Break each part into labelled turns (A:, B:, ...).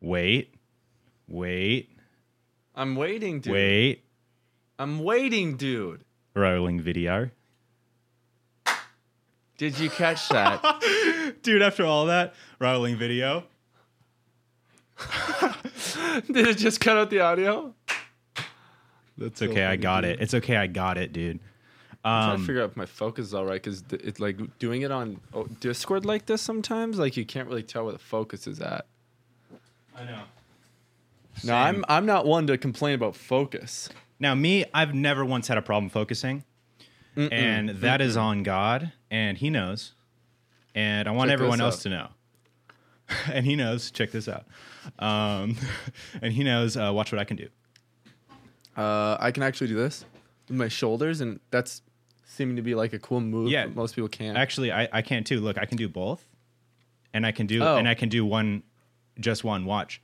A: Wait. Wait.
B: I'm waiting, dude.
A: Wait.
B: I'm waiting, dude.
A: Rolling video.
B: Did you catch that?
A: Dude, after all that, rolling video.
B: Did it just cut out the audio?
A: It's okay, I got it. It's okay, I got it, dude.
B: I'm
A: Um,
B: trying to figure out if my focus is all right because it's like doing it on oh, Discord like this sometimes, like you can't really tell where the focus is at.
A: I know.
B: No, I'm I'm not one to complain about focus.
A: Now, me, I've never once had a problem focusing, and that is on God, and He knows, and I want
B: Check
A: everyone
B: this
A: else
B: out.
A: to know, and He knows. Check this out, um, and He knows. Uh, watch what I can do.
B: Uh, I can actually do this with my shoulders, and that's seeming to be like a cool move.
A: Yeah.
B: but most people can't.
A: Actually, I, I can too. Look, I can do both, and I can do
B: Oh.
A: and I can do one, just one. Watch.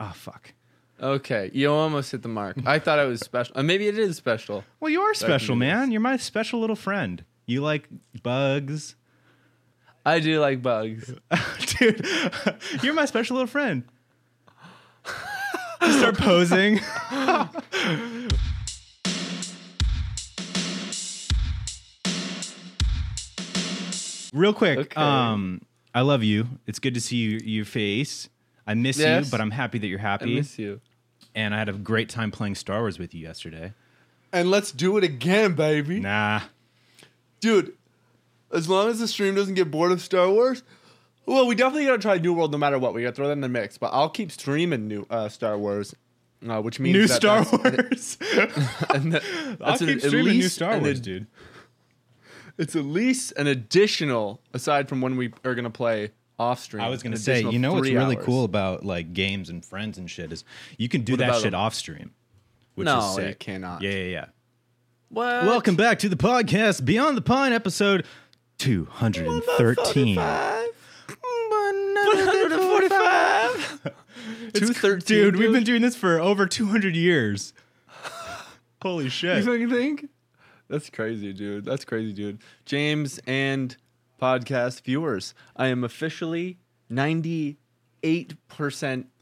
A: Oh fuck.
B: Okay, you almost hit the mark. I thought I was special. Uh, maybe it is special.
A: Well, you are
B: do
A: special,
B: this.
A: man. You're my special little friend. You like bugs,
B: I do like bugs.
A: dude. You're my special little friend. Just start posing. Real quick,
B: Okay.
A: um, I love you. It's good to see you, your face. I miss
B: Yes.
A: you, but I'm happy that you're
B: I
A: happy.
B: miss you.
A: and I had a great time playing Star Wars with you yesterday.
B: And let's do it again, baby.
A: Nah,
B: Dude, as long as the stream doesn't get bored of Star Wars, well, we definitely gotta try New World no matter what. We gotta throw that in the mix. But I'll keep streaming new uh, Star Wars, uh, which means
A: new
B: that
A: Star
B: that's-
A: Wars.
B: and that-
A: I'll
B: that's an-
A: keep
B: at
A: streaming new
B: least
A: Star
B: an
A: Wars,
B: ad-
A: dude.
B: It's at least an additional, aside from when we are gonna play off stream.
A: I was gonna
B: an
A: say,
B: additional
A: you know what's
B: three
A: really
B: hours.
A: cool about like games and friends and shit is you can do that
B: about
A: shit
B: a-
A: off stream. Which
B: No,
A: is
B: you
A: sick.
B: cannot.
A: Yeah, yeah, yeah.
B: What?
A: Welcome back to the podcast Beyond the Pine, episode two hundred and thirteen.
B: 145. Two thirteen.
A: Dude, we've been doing this for over two hundred years. Holy shit!
B: You fucking think? That's crazy, dude. That's crazy, dude. James and podcast viewers, I am officially 98%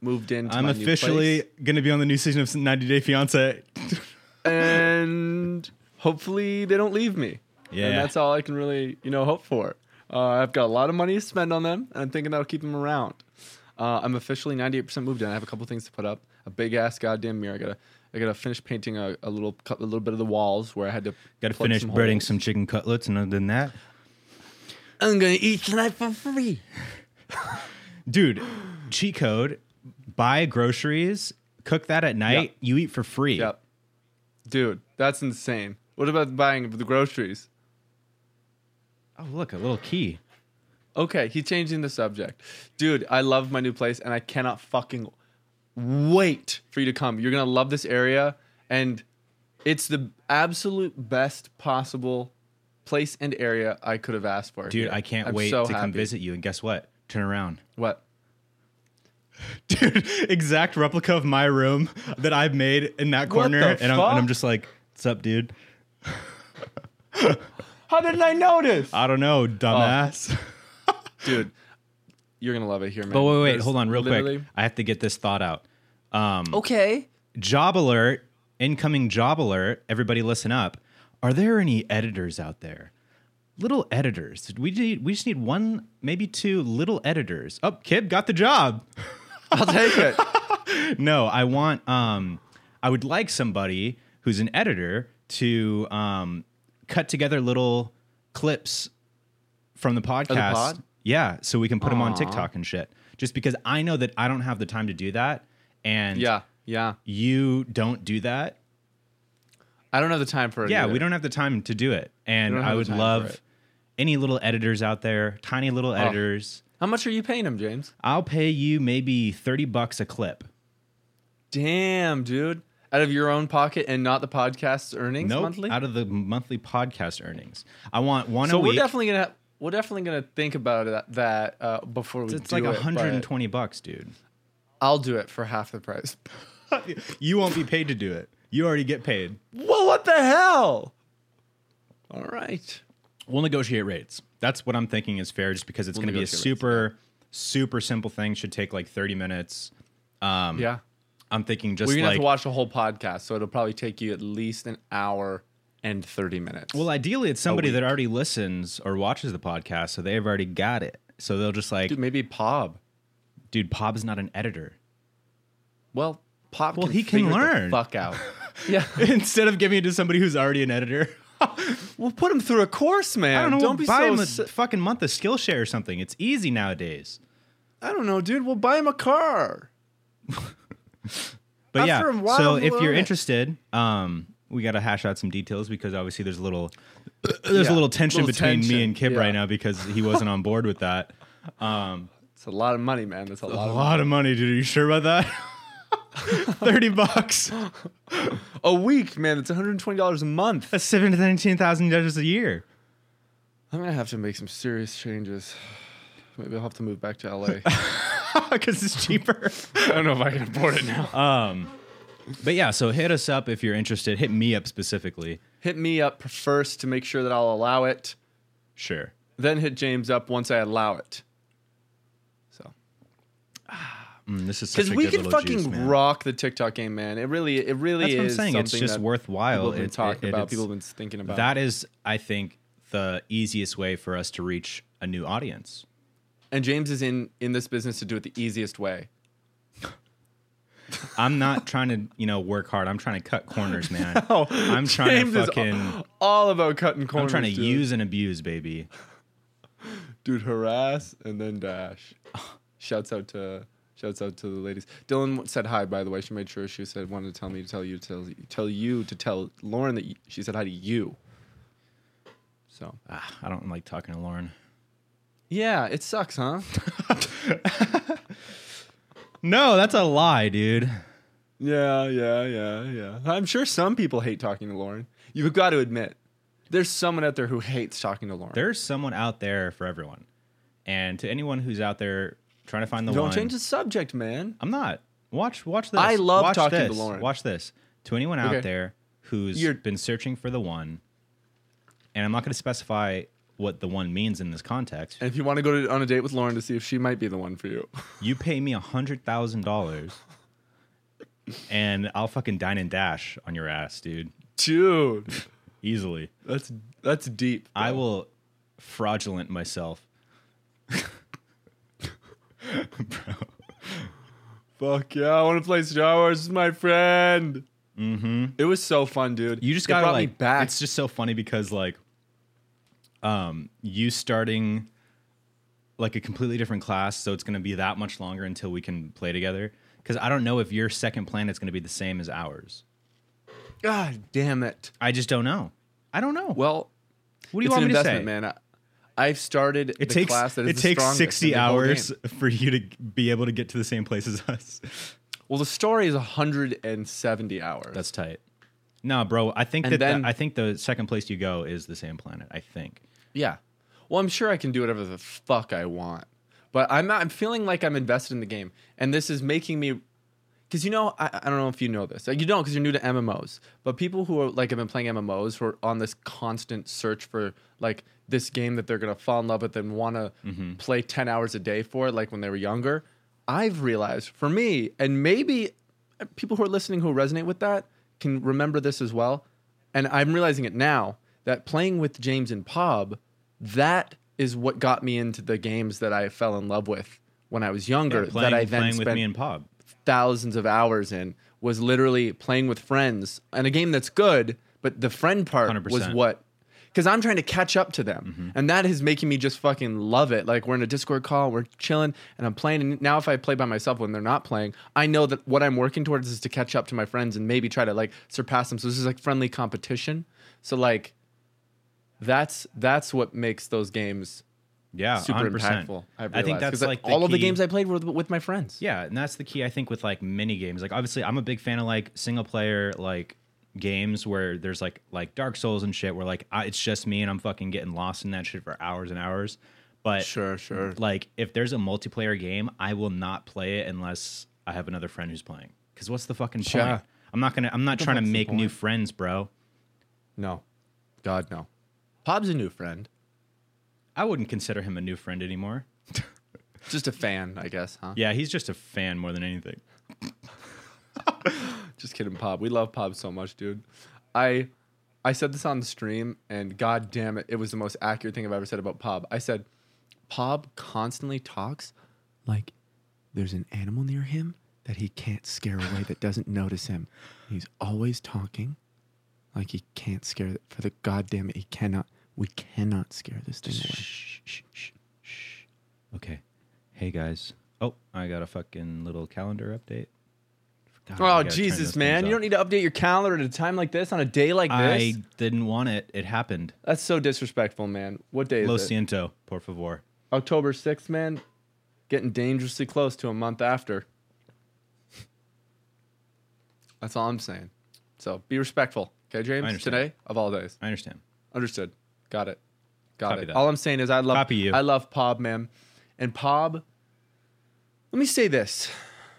B: moved into
A: I'm
B: my new
A: officially
B: place.
A: gonna be on the new season of 90 Day Fiance.
B: and hopefully they don't leave me.
A: Yeah.
B: And that's all I can really, you know, hope for. Uh, I've got a lot of money to spend on them, and I'm thinking that'll keep them around. Uh, I'm officially 98% moved in. I have a couple things to put up. A big ass goddamn mirror. I gotta, I gotta finish painting a, a little, cou- a little bit of the walls where I had to.
A: Got to
B: plug
A: finish
B: some
A: breading
B: holes.
A: some chicken cutlets, and other than that,
B: I'm gonna eat tonight for free.
A: dude, cheat code: buy groceries, cook that at night, you eat for free.
B: Yep. Dude, that's insane. What about buying the groceries?
A: Oh, look, a little key.
B: Okay, he's changing the subject. Dude, I love my new place and I cannot fucking wait for you to come. You're gonna love this area and it's the absolute best possible place and area I could have asked for.
A: Dude,
B: here.
A: I can't
B: I'm
A: wait
B: so
A: to come
B: happy.
A: visit you. And guess what? Turn around.
B: What?
A: Dude, exact replica of my room that I've made in that corner.
B: the
A: and, I'm, and I'm
B: fuck?
A: just like, what's up, dude?
B: How didn't I notice?
A: I don't know, dumbass.
B: Dude, you're gonna love it here, man.
A: but wait, wait,
B: There's
A: hold on, real
B: literally-
A: quick. Hmm. I have to get this thought out.
B: Okay.
A: job alert, incoming job alert. Everybody listen up. Are there any editors out there? Little editors. We need we just need one, maybe two little editors. Oh, Kib got the job.
B: I'll take it.
A: No, I want um I would like somebody who's an editor to um cut together little clips from the podcast.
B: pod?
A: Yeah, so we can put them on TikTok and shit. Just because I know that I don't have the time to do that and
B: yeah, yeah.
A: you don't do that
B: I don't have the time for it.
A: yeah
B: either.
A: we don't have the time to do it and
B: don't
A: i
B: have the
A: would
B: time for
A: love
B: it. Oh.
A: any little editors out there tiny little editors
B: How much are you paying him, James?
A: i'll pay you maybe 30 bucks a clip
B: Damn, dude. Out of your own pocket and not the podcast's earnings
A: nope,
B: monthly?
A: out of the monthly podcast earnings i want one
B: so
A: a
B: we're
A: week
B: definitely going to we're definitely going to think about that, that uh, before we
A: it's
B: do
A: like
B: it,
A: 120 bucks dude
B: but I'll do it for half the price.
A: you won't be paid to do it you already get paid
B: Well, what the hell? All right.
A: we'll negotiate rates that's what i'm thinking is fair just because it's going to be a
B: negotiate rates,
A: super Super simple thing should take like 30 minutes. Um,
B: Yeah.
A: I'm thinking just
B: We're gonna
A: like
B: have to watch the whole podcast, so it'll probably take you at least an hour and thirty minutes.
A: Well, ideally, it's somebody that already listens or watches the podcast, so they've already got it. So they'll just like,
B: dude,
A: dude,
B: maybe Pop.
A: Pob's not an editor.
B: Well, Pop.
A: Well,
B: can
A: he can
B: figure the
A: learn.
B: fuck out. yeah.
A: Instead of giving it to somebody who's already an editor,
B: We'll put him through a course, man.
A: I don't know.
B: Don't be
A: buy
B: so.
A: him a
B: s-
A: fucking month of Skillshare or something. It's easy nowadays.
B: I don't know, dude. We'll buy him a car.
A: But
B: After a
A: yeah,
B: while,
A: so
B: he'll
A: if you're
B: learn it.
A: interested, um, we got to hash out some details because obviously there's a little there's
B: Yeah,
A: a little tension
B: little
A: between
B: tension,
A: me and Kib
B: yeah.
A: right now because he wasn't on board with that.
B: It's a lot of money, man. That's
A: A
B: a lot. Of,
A: lot of money, dude. Are you sure about that? Thirty bucks.
B: a week, man. That's one hundred and twenty dollars a month.
A: That's seven to nineteen thousand dollars a year.
B: I'm gonna have to make some serious changes. Maybe I'll have to move back to LA.
A: because it's cheaper.
B: I don't know if I can afford it now.
A: but yeah, so hit us up if you're interested. Hit me up specifically.
B: hit me up first to make sure that I'll allow it.
A: Sure.
B: Then hit James up once I allow it. So
A: Mm, this is such
B: because
A: a
B: we
A: good
B: can
A: little
B: fucking
A: juice, man.
B: rock the TikTok game, man. It really, it
A: That's
B: really is.
A: what I'm saying. It's
B: something
A: just
B: that
A: worthwhile.
B: People have been
A: It's-
B: talking
A: it-
B: about.
A: it's-
B: people have been thinking about.
A: That is, I think, the easiest way for us to reach a new audience.
B: and James is in in this business to do it the easiest way.
A: I'm not trying to, you know, work hard. I'm trying to cut corners, man. I'm trying
B: James
A: to
B: is
A: fucking.
B: all, all about cutting corners.
A: I'm trying to
B: dude.
A: use and abuse, baby.
B: dude harass and then dash. Shouts out to shouts out to the ladies. Dylan said hi by the way. She made sure she said wanted to tell me to tell you to tell, tell you to tell Lauren that you, she said hi to you. So
A: Ah, I don't like talking to Lauren.
B: yeah, it sucks, huh?
A: No, that's a lie, dude.
B: yeah, yeah, yeah, yeah. I'm sure some people hate talking to Lauren. You've got to admit, there's someone out there who hates talking to Lauren.
A: There's someone out there for everyone. And to anyone who's out there trying to find the
B: Don't
A: one,
B: change the subject, man.
A: I'm not. Watch watch this.
B: I love
A: watch
B: talking to
A: this.
B: Lauren.
A: Watch this. To anyone
B: Okay.
A: out there who's
B: You're-
A: been searching for the one, and I'm not going to specify what the one means in this context.
B: And if you want to go to, on a date with Lauren to see if she might be the one for you,
A: You pay me a hundred thousand dollars, and I'll fucking dine and dash on your ass, dude.
B: dude,
A: Easily,
B: that's that's deep.
A: I
B: bro.
A: will fraudulent myself.
B: Fuck yeah, I want to play Star Wars with my friend. Mm-hmm. It was so fun, dude.
A: You just
B: It
A: got to
B: brought me
A: like.
B: back.
A: It's just so funny because like, um, you starting like a completely different class, so it's gonna be that much longer until we can play together. Because I don't know if your second planet's gonna be the same as ours.
B: God damn it.
A: I just don't know. I don't know.
B: Well,
A: what do you
B: it's an
A: want me to
B: investment,
A: say?
B: man. I, I've started
A: It
B: the
A: takes
B: class that is
A: it
B: the
A: takes
B: strongest in
A: sixty
B: the whole
A: hours
B: game.
A: for you to be able to get to the same place as us.
B: Well, the story is 170 hours.
A: That's tight. No, bro. I think
B: And
A: that
B: then-
A: the, I think the second place you go is the same planet. I think.
B: yeah. Well, I'm sure I can do whatever the fuck I want, but I'm not, I'm feeling like I'm invested in the game, and this is making me. Because you know, I, I don't know if you know this. Like, you don't because you're new to MMOs. But people who are like have been playing MMOs who are on this constant search for like this game that they're gonna fall in love with and want to
A: Mm-hmm.
B: play ten hours a day for, like when they were younger. I've realized for me, and maybe uh, people who are listening who resonate with that can remember this as well. And I'm realizing it now that playing with James and Pob, that is what got me into the games that I fell in love with when I was younger.
A: Playing,
B: that I then
A: playing
B: spent
A: with me and Pob.
B: thousands of hours in was literally playing with friends and a game that's good, but the friend part was
A: 100%.
B: what because I'm trying to catch up to them,
A: Mm-hmm.
B: and that is making me just fucking love it. Like we're in a Discord call, we're chilling, and I'm playing. And now if I play by myself when they're not playing, I know that what I'm working towards is to catch up to my friends and maybe try to like surpass them. So this is like friendly competition. So like, that's that's what makes those games
A: Yeah,
B: super
A: 100%.
B: impactful. I've
A: I think
B: realized. 'Cause,
A: that's like
B: all of the
A: key-
B: games I played were with, with my friends.
A: Yeah, and that's the key I think with like mini games. Like obviously I'm a big fan of like single player like games where there's like like Dark Souls and shit where like I, it's just me and I'm fucking getting lost in that shit for hours and hours. But
B: Sure, sure.
A: like if there's a multiplayer game, I will not play it unless I have another friend who's playing. Cuz what's the fucking point?
B: Sure.
A: I'm not going to I'm not trying to
B: fuck's the
A: make new friends, bro.
B: No. God, no. Pob's a new friend.
A: I wouldn't consider him a new friend anymore.
B: Just a fan, I guess, huh?
A: Yeah, he's just a fan more than anything.
B: Just kidding, Pop. We love Pop so much, dude. I I said this on the stream, and god damn it, it was the most accurate thing I've ever said about Pop. I said, Pop constantly talks like there's an animal near him that he can't scare away that doesn't notice him. He's always talking like he can't scare for the goddamn it, he cannot we cannot scare this thing away.
A: Shh, shh, shh, shh. Okay. Hey guys. Oh, I got a fucking little calendar update. Forgot I
B: Oh
A: gotta turn
B: Jesus,
A: those
B: man!
A: things
B: You don't
A: off.
B: need to update your calendar at a time like this on a day like
A: I
B: this.
A: didn't want it. It happened.
B: That's so disrespectful, man. What day is
A: Lo
B: it?
A: siento, por favor.
B: October sixth, man. Getting dangerously close to a month after. That's all I'm saying. So be respectful, okay, James?
A: understand.
B: Today of all days,
A: I understand.
B: understood. Got it. Got
A: Copy
B: it.
A: that.
B: All I'm saying is I love.
A: Copy you.
B: I love Pob, man. And Pob, let me say this,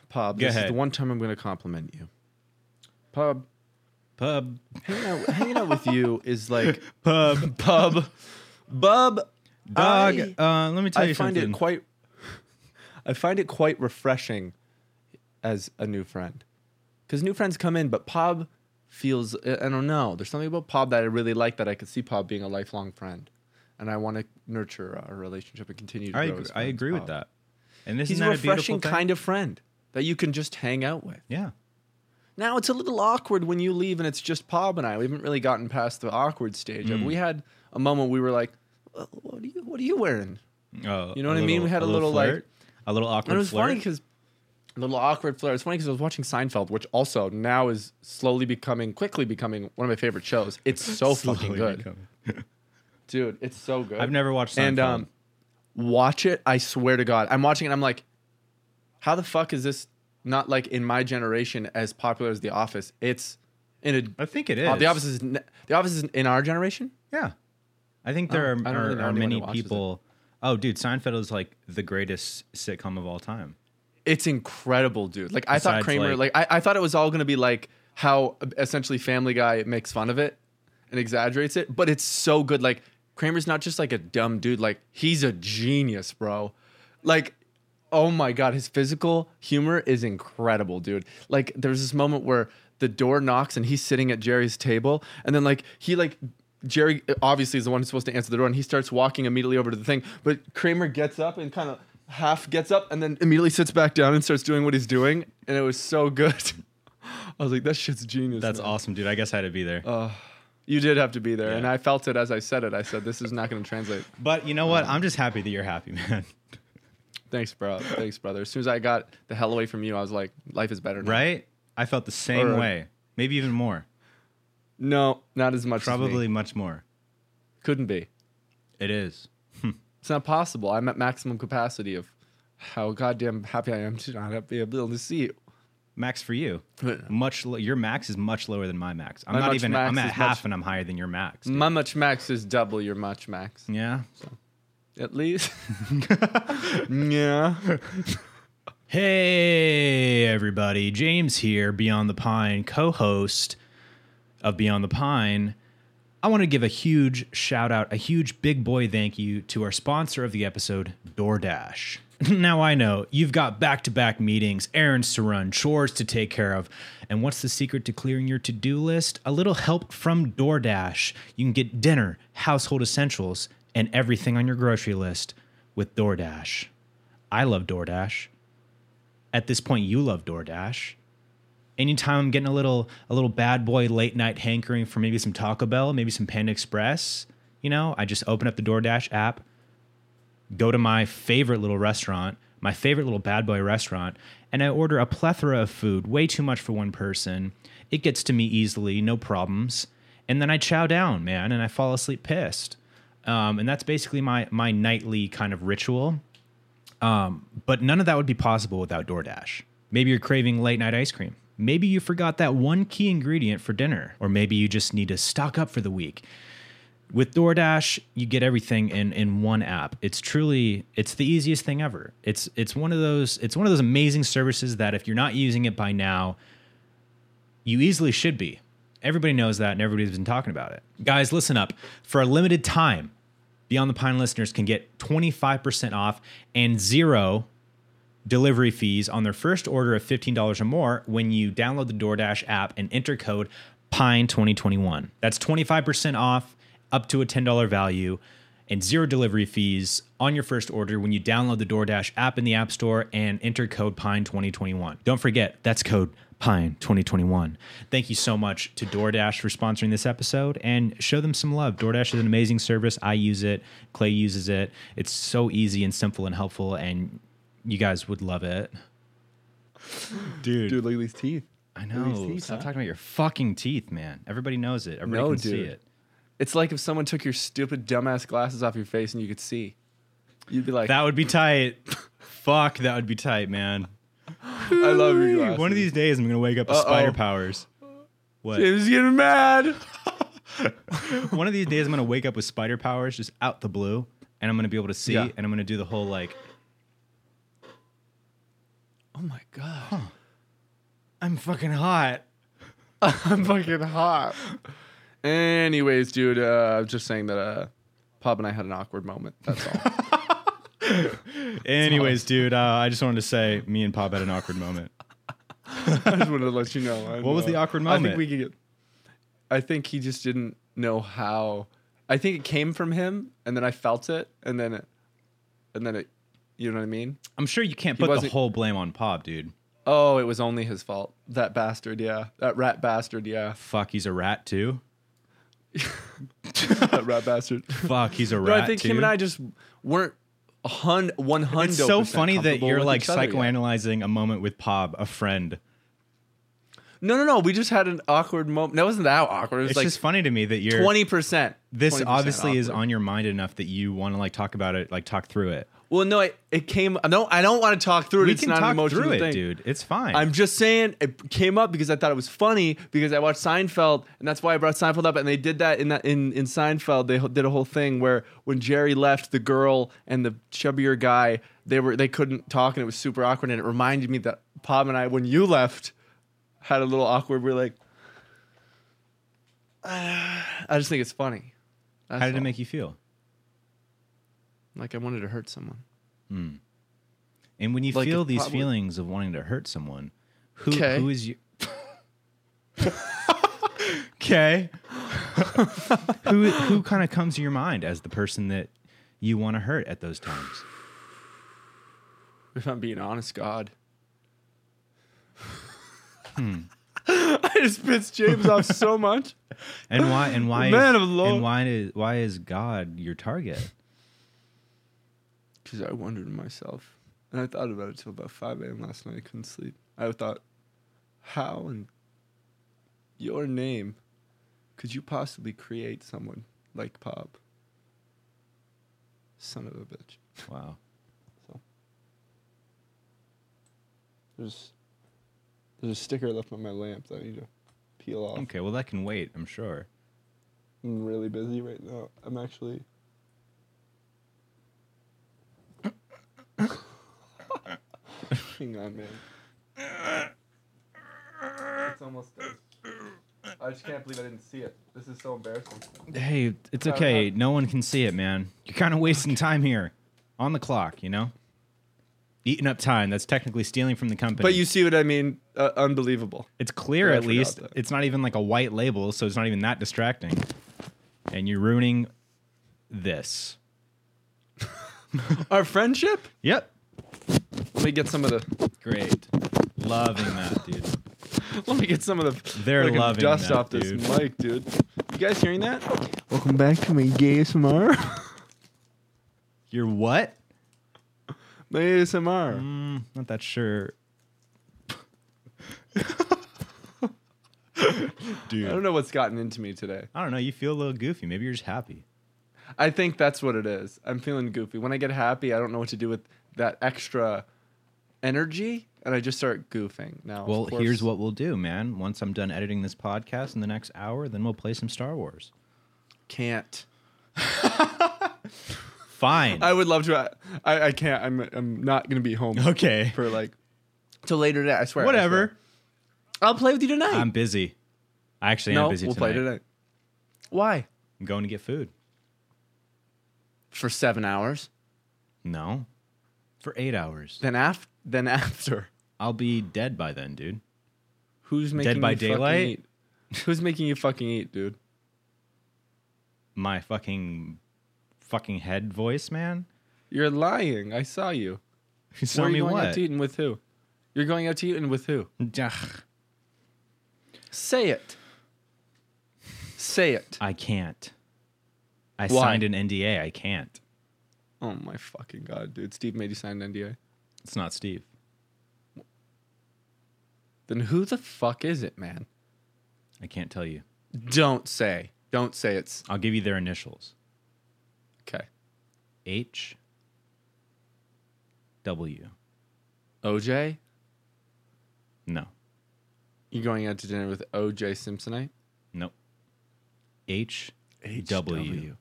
B: Pob.
A: Go
B: this is
A: ahead.
B: the one time I'm going to compliment you, Pob.
A: Pub.
B: Hanging out, hanging out with you is like
A: Pub.
B: Pub, Bub,
A: Dog.
B: I-
A: uh, let me tell
B: I
A: you
B: find
A: something.
B: it quite. I find it quite refreshing, as a new friend, because new friends come in, but Pob feels I I don't know. There's something about Pob that I really like that I could see Pob being a lifelong friend, and I want to nurture our relationship and continue. to
A: I,
B: grow
A: agree,
B: as
A: I
B: friends,
A: agree with
B: Pob.
A: that. And this
B: Oh. He's
A: is
B: a
A: a beautiful
B: refreshing
A: thing?
B: kind of friend that you can just hang out with.
A: Yeah. Uh,
B: Now it's a little awkward when you leave and it's just Pob and I. We haven't really gotten past the awkward stage.
A: Hmm.
B: of We had a moment we were like, "Well, "What are you? What are you wearing?"
A: Oh,
B: You know
A: a
B: what I mean?
A: little-
B: We had a little, like-
A: flirt, a little awkward
B: And it was
A: flirt.
B: funny because a little awkward flair. It's funny because I was watching Seinfeld, which also now is slowly becoming, quickly becoming one of my favorite shows. It's so fucking
A: Slowly
B: good,
A: becoming-
B: dude. It's so good.
A: I've never watched Seinfeld.
B: and um, watch it. I swear to God, I'm watching it. I'm like, how the fuck is this not like in my generation as popular as The Office? It's in a
A: I think it is.
B: Oh, the office is ne- the office is in our generation.
A: Yeah, I think there
B: Oh, I don't
A: are,
B: really
A: are,
B: know
A: are
B: anyone who
A: many
B: watches it.
A: people. Oh, dude, Seinfeld is like the greatest sitcom of all time.
B: It's incredible, dude. Like I thought
A: Besides,
B: Kramer, like,
A: like-
B: I, I thought it was all gonna be like how uh, essentially Family Guy makes fun of it and exaggerates it, but it's so good. Like Kramer's not just like a dumb dude. Like he's a genius, bro. Like. Oh my god, his physical humor is incredible, dude. Like there's this moment where the door knocks and he's sitting at Jerry's table and then like he like Jerry uh, obviously is the one who's supposed to answer the door, and he starts walking immediately over to the thing. But Kramer gets up and kind of half gets up, and then immediately sits back down and starts doing what he's doing. And it was so good. I was like, "That shit's genius."
A: That's
B: man."
A: awesome, dude. I guess I had to be there.
B: Uh, You did have to be there, and
A: Yeah.
B: I felt it as I said it. I said, "This is not going to translate."
A: but you know what? I'm just happy that you're happy, man.
B: Thanks, bro. Thanks, brother. As soon as I got the hell away from you, I was like, "Life is better." Now.
A: right? I felt the same
B: Alright.
A: way. Maybe even more.
B: No, not as much. as me.
A: Probably much more.
B: couldn't be.
A: It is.
B: It's not possible. I'm at maximum capacity of how goddamn happy I am to not be able to see you.
A: Max for you.
B: Yeah.
A: Much lo- your max is much lower than my max. I'm
B: My
A: not
B: max-
A: even.
B: max
A: I'm at
B: is
A: half,
B: much- Mm.
A: and I'm higher than your max. dude.
B: My much max is double your much max.
A: yeah.
B: At least. yeah.
A: Hey, everybody. James here, Beyond the Pine, co host of Beyond the Pine. I want to give a huge shout out, a huge big boy thank you to our sponsor of the episode, DoorDash. now, I know you've got back to back meetings, errands to run, chores to take care of. And what's the secret to clearing your to do list? A little help from DoorDash. You can get dinner, household essentials, and everything on your grocery list with DoorDash. I love DoorDash at this point you love DoorDash. Anytime I'm getting a little a little bad boy late night hankering for maybe some Taco Bell, maybe some Panda Express, you know, I just open up the DoorDash app, go to my favorite little restaurant, my favorite little bad boy restaurant, and I order a plethora of food, way too much for one person. It gets to me easily, no problems. And then I chow down, man, and I fall asleep pissed. Um, and that's basically my my nightly kind of ritual but none of that would be possible without DoorDash. Maybe you're craving late night ice cream. Maybe you forgot that one key ingredient for dinner, or maybe you just need to stock up for the week. With DoorDash, you get everything in in one app. It's truly it's the easiest thing ever. It's it's one of those it's one of those amazing services that if you're not using it by now, you easily should be. Everybody knows that and everybody's been talking about it. Guys, listen up. For a limited time, Beyond the Pine listeners can get 25% off and zero delivery fees on their first order of $15 or more when you download the DoorDash app and enter code PINE2021. That's 25% off up to a $10 value and zero delivery fees on your first order when you download the DoorDash app in the App Store and enter code PINE2021. Don't forget, that's code PINE2021. Thank you so much to DoorDash for sponsoring this episode and show them some love. DoorDash is an amazing service. I use it, Clay uses it. It's so easy and simple and helpful and you guys would love it. Dude,
B: Dude, look at these teeth.
A: I know.
B: teeth,
A: Stop
B: huh?
A: talking about your fucking teeth, man. Everybody knows it. Everybody
B: No,
A: can see
B: dude.
A: it.
B: It's like if someone took your stupid dumbass glasses off your face and you could see. You'd be like,
A: That would be tight. Fuck, that would be tight, man.
B: I love your
A: Woo-wee.
B: glasses.
A: One of these days I'm gonna wake up with
B: Uh-oh.
A: spider powers. What?
B: James is getting mad.
A: One of these days I'm gonna wake up with spider powers just out the blue, and I'm gonna be able to see,
B: Yeah.
A: and I'm gonna do the whole like
B: Oh my god.
A: I'm fucking hot.
B: I'm fucking hot. Anyways, dude, uh, I was just saying that uh, Pop and I had an awkward moment. That's all.
A: Anyways, dude, uh, I just wanted to say me and Pop had an awkward moment.
B: I just wanted to let you know. And,
A: What was the awkward
B: I
A: moment?
B: think we could get. I think he just didn't know how. I think it came from him, and then I felt it, and then, it, and then it. You know what I mean?
A: I'm sure you can't
B: He
A: put the
B: wasn't-
A: whole blame on Pop, dude.
B: Oh, it was only his fault. That bastard, yeah. That rat bastard, yeah.
A: Fuck, he's a rat too.
B: that rat bastard.
A: Fuck, he's a
B: No,
A: rat
B: I think
A: too.
B: him and I just weren't a hun one hundred.
A: It's so funny that
B: comfortable
A: you're
B: with
A: like
B: each other yet.
A: psychoanalyzing a moment with Pob, a friend.
B: No, no, no. We just had an awkward moment. That wasn't that awkward. It was
A: It's just
B: like
A: funny to me that you're
B: twenty percent.
A: this obviously is on your mind enough that you want to like talk about it, like talk through it.
B: Well, no, it, it came. No, I don't want to talk through it.
A: We
B: it's
A: can
B: not an
A: talk
B: emotional
A: through it,
B: thing.
A: dude. It's fine.
B: I'm just saying it came up because I thought it was funny because I watched Seinfeld and that's why I brought Seinfeld up and they did that in that in, in Seinfeld they ho- did a whole thing where when Jerry left the girl and the chubbier guy they were they couldn't talk and it was super awkward and it reminded me that Pop and I when you left had a little awkward we are like I just think it's funny. That's
A: How did it
B: all.
A: make you feel?
B: like I wanted to hurt someone?
A: And when you
B: Like,
A: feel
B: it
A: these
B: probably-
A: feelings of wanting to hurt someone, who
B: 'Kay.
A: who is you? Okay. who who kind of comes to your mind as the person that you want to hurt at those times?
B: If I'm being honest, God. I just pissed James off so much.
A: And why and why
B: Man
A: is,
B: of law.
A: and why is why is God your target?
B: Because I wondered to myself. And I thought about it till about 5 a.m. last night. I couldn't sleep. I thought, how in your name could you possibly create someone like Pop? Son of a bitch.
A: Wow.
B: There's, there's a sticker left on my lamp that I need to peel off.
A: Okay, well that can wait, I'm sure.
B: I'm really busy right now. I'm actually. Hang on, man. It's almost done. I just can't believe I didn't see it. This is so embarrassing.
A: Hey, it's
B: Sorry,
A: okay.
B: Rob.
A: No one can see it, man. You're kind of wasting time here on the clock, you know? Eating up time. That's technically stealing from the company.
B: But you see what I mean? Uh, unbelievable.
A: it's clear
B: Yeah, I
A: at
B: forgot
A: least.
B: that.
A: It's not even like a white label, so it's not even that distracting. And you're ruining this.
B: Our friendship?
A: Yep.
B: Let me get some of the.
A: Great. Loving that, dude.
B: Let me get some of the.
A: They're
B: fucking
A: loving
B: dust
A: that,
B: off this
A: dude.
B: mic, dude. You guys hearing that? Welcome back to my ASMR.
A: You're what?
B: my ASMR.
A: Mm, not that sure. dude.
B: I don't know what's gotten into me today.
A: I don't know. You feel a little goofy. Maybe you're just happy.
B: I think that's what it is. I'm feeling goofy. When I get happy, I don't know what to do with that extra energy, and I just start goofing. Now, of
A: Well,
B: course-
A: here's what we'll do, man. Once I'm done editing this podcast in the next hour, then we'll play some Star Wars.
B: can't.
A: Fine.
B: I would love to. uh, I, I can't. I'm I'm not gonna be home
A: okay.
B: for like till later today. I swear. I
A: Whatever.
B: swear. I'll play with you tonight.
A: I'm busy. I actually
B: no,
A: am busy
B: we'll
A: tonight.
B: play tonight. Why?
A: I'm going to get food.
B: for seven hours.
A: No. For eight hours.
B: Then af- then after,
A: I'll be dead by then, dude.
B: who's making
A: by
B: you fucking
A: daylight?
B: eat? Who's making you fucking eat, dude?
A: My fucking fucking head voice, man.
B: You're lying. I saw you.
A: You saw
B: Where are
A: me
B: you going out
A: what?
B: to eat and with who? You're going out to eat and with who?
A: Ugh,
B: Say it. Say it.
A: I can't. I
B: Why?
A: signed an NDA. I can't.
B: Oh my fucking god, dude. Steve made you sign an NDA.
A: It's not Steve.
B: Then who the fuck is it, man?
A: I can't tell you.
B: Don't say. Don't say it's
A: I'll give you their initials.
B: okay.
A: H W.
B: OJ?
A: No.
B: You going out to dinner with OJ Simpsonite?
A: Nope. H W.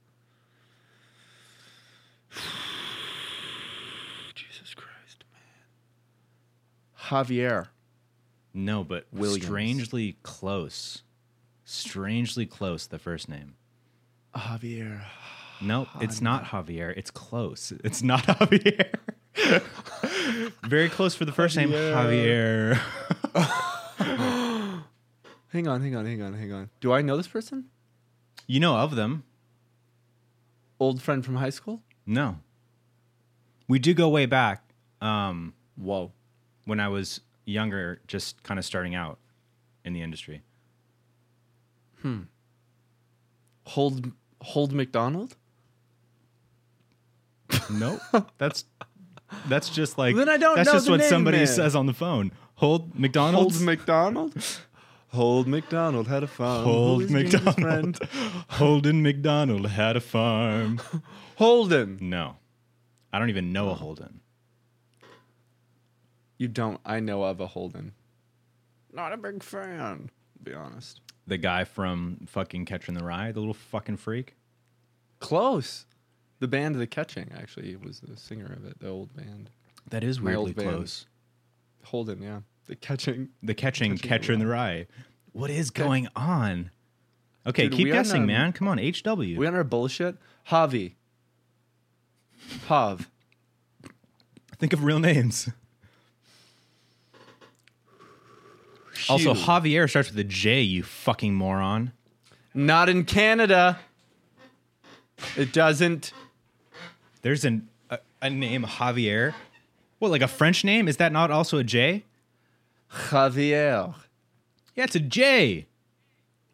B: Jesus Christ, man. Javier.
A: No, but
B: Williams.
A: strangely close. Strangely close, the first name.
B: Javier.
A: No, it's not Javier. It's close. It's not Javier. Very close for the first name, Javier.
B: Hang on, hang on, hang on, hang on. Do I know this person?
A: You know of them?
B: Old friend from high school?
A: No. We do go way back. Um,
B: Whoa.
A: when I was younger, just kind of starting out in the industry.
B: Hold Hold McDonald?
A: Nope. that's that's just like
B: Then I don't
A: that's
B: know
A: just
B: the
A: what
B: name,
A: somebody
B: man.
A: says on the phone. Hold
B: Hold
A: McDonald's.
B: McDonald? Hold McDonald had a farm. Who
A: Hold
B: is James's friend?
A: McDonald. Holden McDonald had a farm.
B: Holden.
A: No. I don't even know a Holden.
B: You don't. I know of a Holden. Not a big fan, to be honest.
A: The guy from fucking Catching the Rye, the little fucking freak.
B: Close. The band The Catching, actually, was the singer of it, the old band.
A: That is
B: My old
A: weirdly
B: band.
A: close.
B: Holden, yeah. The Catching.
A: The catching,
B: Catching the
A: catcher in the rye. What is going on? Okay,
B: Dude,
A: keep
B: we are
A: guessing,
B: not-
A: man. Come on, HW.
B: We on our bullshit? Javi. Hav.
A: Think of real names. Also,
B: Hugh.
A: Javier starts with a J, you fucking moron.
B: Not in Canada. It doesn't.
A: There's an, a, a name, Javier. What, like a French name? Is that not also a J?
B: Javier.
A: Yeah, it's a J.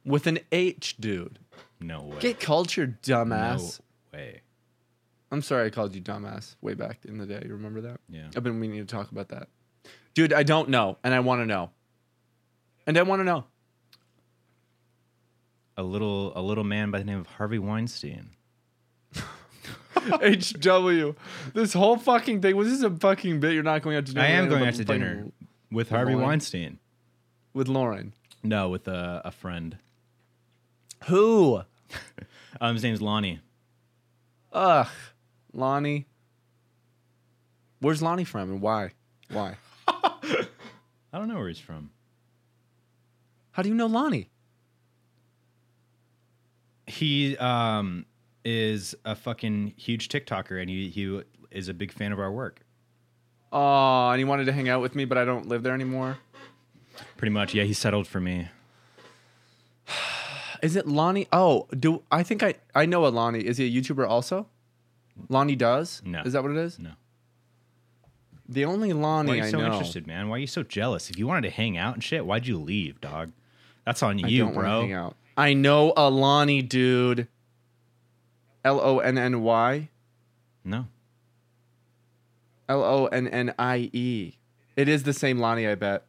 B: With an H, dude.
A: No way.
B: Get cultured,
A: no
B: dumbass.
A: way.
B: I'm sorry I called you dumbass way back in the day. You remember that?
A: Yeah.
B: I've been meaning to talk about that. Dude, I don't know, and I want to know. And I want to know.
A: A little a little man by the name of Harvey Weinstein.
B: HW. This whole fucking thing. Was this a fucking bit? You're not going out to dinner.
A: I am
B: with
A: going
B: Lauren,
A: out to
B: but fucking-
A: dinner with Harvey
B: Lauren?
A: Weinstein.
B: With Lauren.
A: No, with a, a friend.
B: Who?
A: Um, his name's Lonnie.
B: Ugh. Lonnie. Where's Lonnie from and why? Why?
A: I don't know where he's from.
B: How do you know Lonnie?
A: He um is a fucking huge TikToker, and he he is a big fan of our work.
B: Oh, and he wanted to hang out with me, but I don't live there anymore.
A: Pretty much, yeah. He settled for me.
B: Is it Lonnie? Oh, do I think I I know a Lonnie? Is he a YouTuber also? Lonnie does.
A: No.
B: Is that what it is?
A: No.
B: The only
A: Why are
B: Lonnie
A: you
B: I
A: so
B: know.
A: interested, man? Why are you so jealous? If you wanted to hang out and shit, why'd you leave, dog? That's on
B: I
A: you,
B: don't want to
A: bro.
B: hang out. I know a Lonnie dude. L O N N Y.
A: No,
B: L O N N I E. It is the same Lonnie, I bet.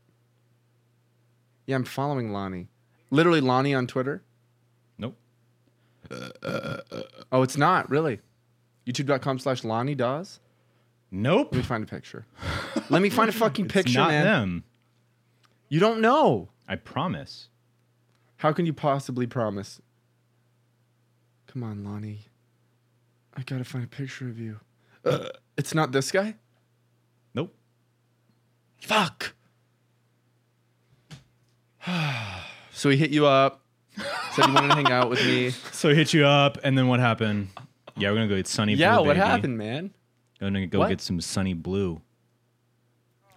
B: Yeah, I'm following Lonnie. Literally Lonnie on Twitter.
A: nope.
B: Oh, it's not really. YouTube.com slash Lonnie Dawes.
A: Nope.
B: Let me find a picture. Let me find a fucking
A: It's
B: picture,
A: not
B: man.
A: them.
B: You don't know.
A: I promise.
B: How can you possibly promise? Come on, Lonnie. I gotta find a picture of you. Uh, it's not this guy?
A: Nope.
B: Fuck. so he hit you up, said you wanted to hang out with me.
A: So I hit you up, and then what happened? Yeah, we're gonna go get Sunny
B: Yeah,
A: Blue.
B: what
A: baby.
B: happened, man?
A: Gonna go
B: What?
A: get some Sunny Blue.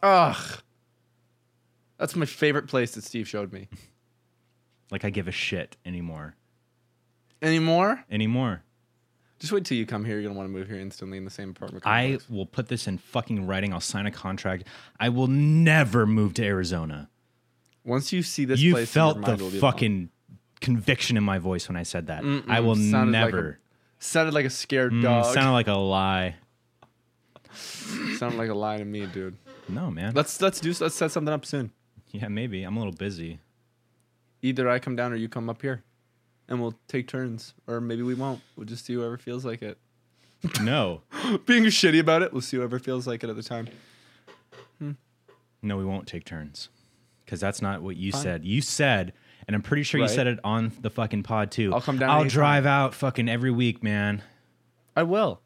B: Ugh. That's my favorite place that Steve showed me.
A: Like I give a shit anymore.
B: Anymore?
A: Anymore.
B: Just wait till you come here. You're gonna want to move here instantly in the same apartment.
A: I
B: complex.
A: will put this in fucking writing. I'll sign a contract. I will never move to Arizona.
B: once you see this
A: you
B: place,
A: felt
B: your
A: the
B: mind will be blown.
A: fucking conviction in my voice when I said that. I will
B: sounded like
A: never.
B: sounded like a scared
A: Mm,
B: dog.
A: sounded like a lie.
B: sounded like a lie to me, dude.
A: No, man.
B: Let's let's do let's set something up soon.
A: yeah, maybe. I'm a little busy.
B: Either I come down or you come up here, and we'll take turns, or maybe we won't. We'll just see whoever feels like it.
A: No.
B: Being shitty about it, we'll see whoever feels like it at the time.
A: No, we won't take turns. Because that's not what you
B: Fine.
A: said. You said, and I'm pretty sure
B: Right.
A: you said it on the fucking pod too.
B: I'll come down
A: I'll
B: anytime.
A: drive out fucking every week, man.
B: I will.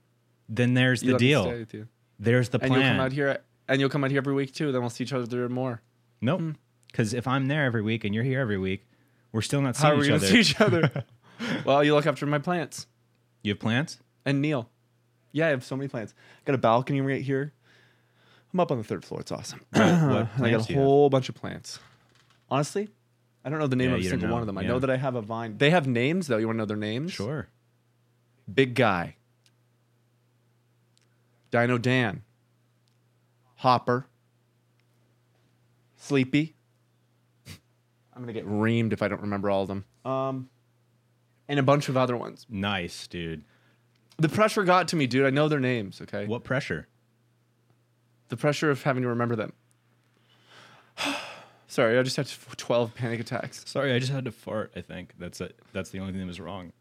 A: Then there's
B: You
A: the
B: let me
A: deal.
B: stay with you.
A: There's the
B: And
A: plan.
B: you'll come out here, and you'll come out here every week too. Then we'll see each other more.
A: Nope. Because if I'm there every week and you're here every week, we're still not
B: How
A: seeing
B: are we
A: each
B: gonna
A: other.
B: see each other? well, you look after my plants.
A: you have plans?
B: and Neil. Yeah, I have so many plants. Got a balcony right here. I'm up on the third floor. It's awesome.
A: what
B: And I
A: plants
B: got
A: do
B: a
A: you have?
B: whole bunch of plants. Honestly, I don't know the name
A: Yeah,
B: of a
A: you don't
B: single
A: know.
B: one of them. I
A: Yeah.
B: know that I have a vine. They have names though. You want to know their names?
A: Sure.
B: Big guy. Dino Dan. Hopper. Sleepy. I'm gonna get reamed if I don't remember all of them. Um, and a bunch of other ones.
A: Nice, dude.
B: The pressure got to me, dude. I know their names. Okay.
A: What pressure?
B: the pressure of having to remember them. Sorry, I just had 12 panic attacks.
A: Sorry, I just had to fart. I think that's it. That's the only thing that was wrong.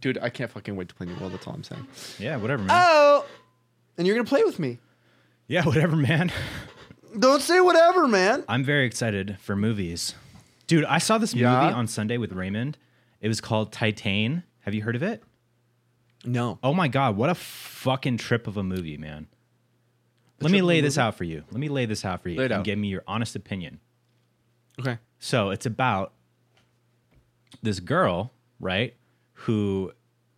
B: Dude, I can't fucking wait to play New World. That's all I'm saying.
A: Yeah, whatever, man.
B: Oh! And you're going to play with me.
A: yeah, whatever, man.
B: Don't say whatever, man.
A: I'm very excited for movies, dude. I saw this
B: Yeah?
A: movie on Sunday with Raymond. It was called Titan. Have you heard of it?
B: No.
A: Oh my god, what a fucking trip of a movie, man. Let
B: trip
A: me
B: of a
A: lay this out for you. Let me lay this out for you
B: Lay it
A: and
B: out.
A: give me your honest opinion.
B: Okay.
A: So it's about this girl, right? Who,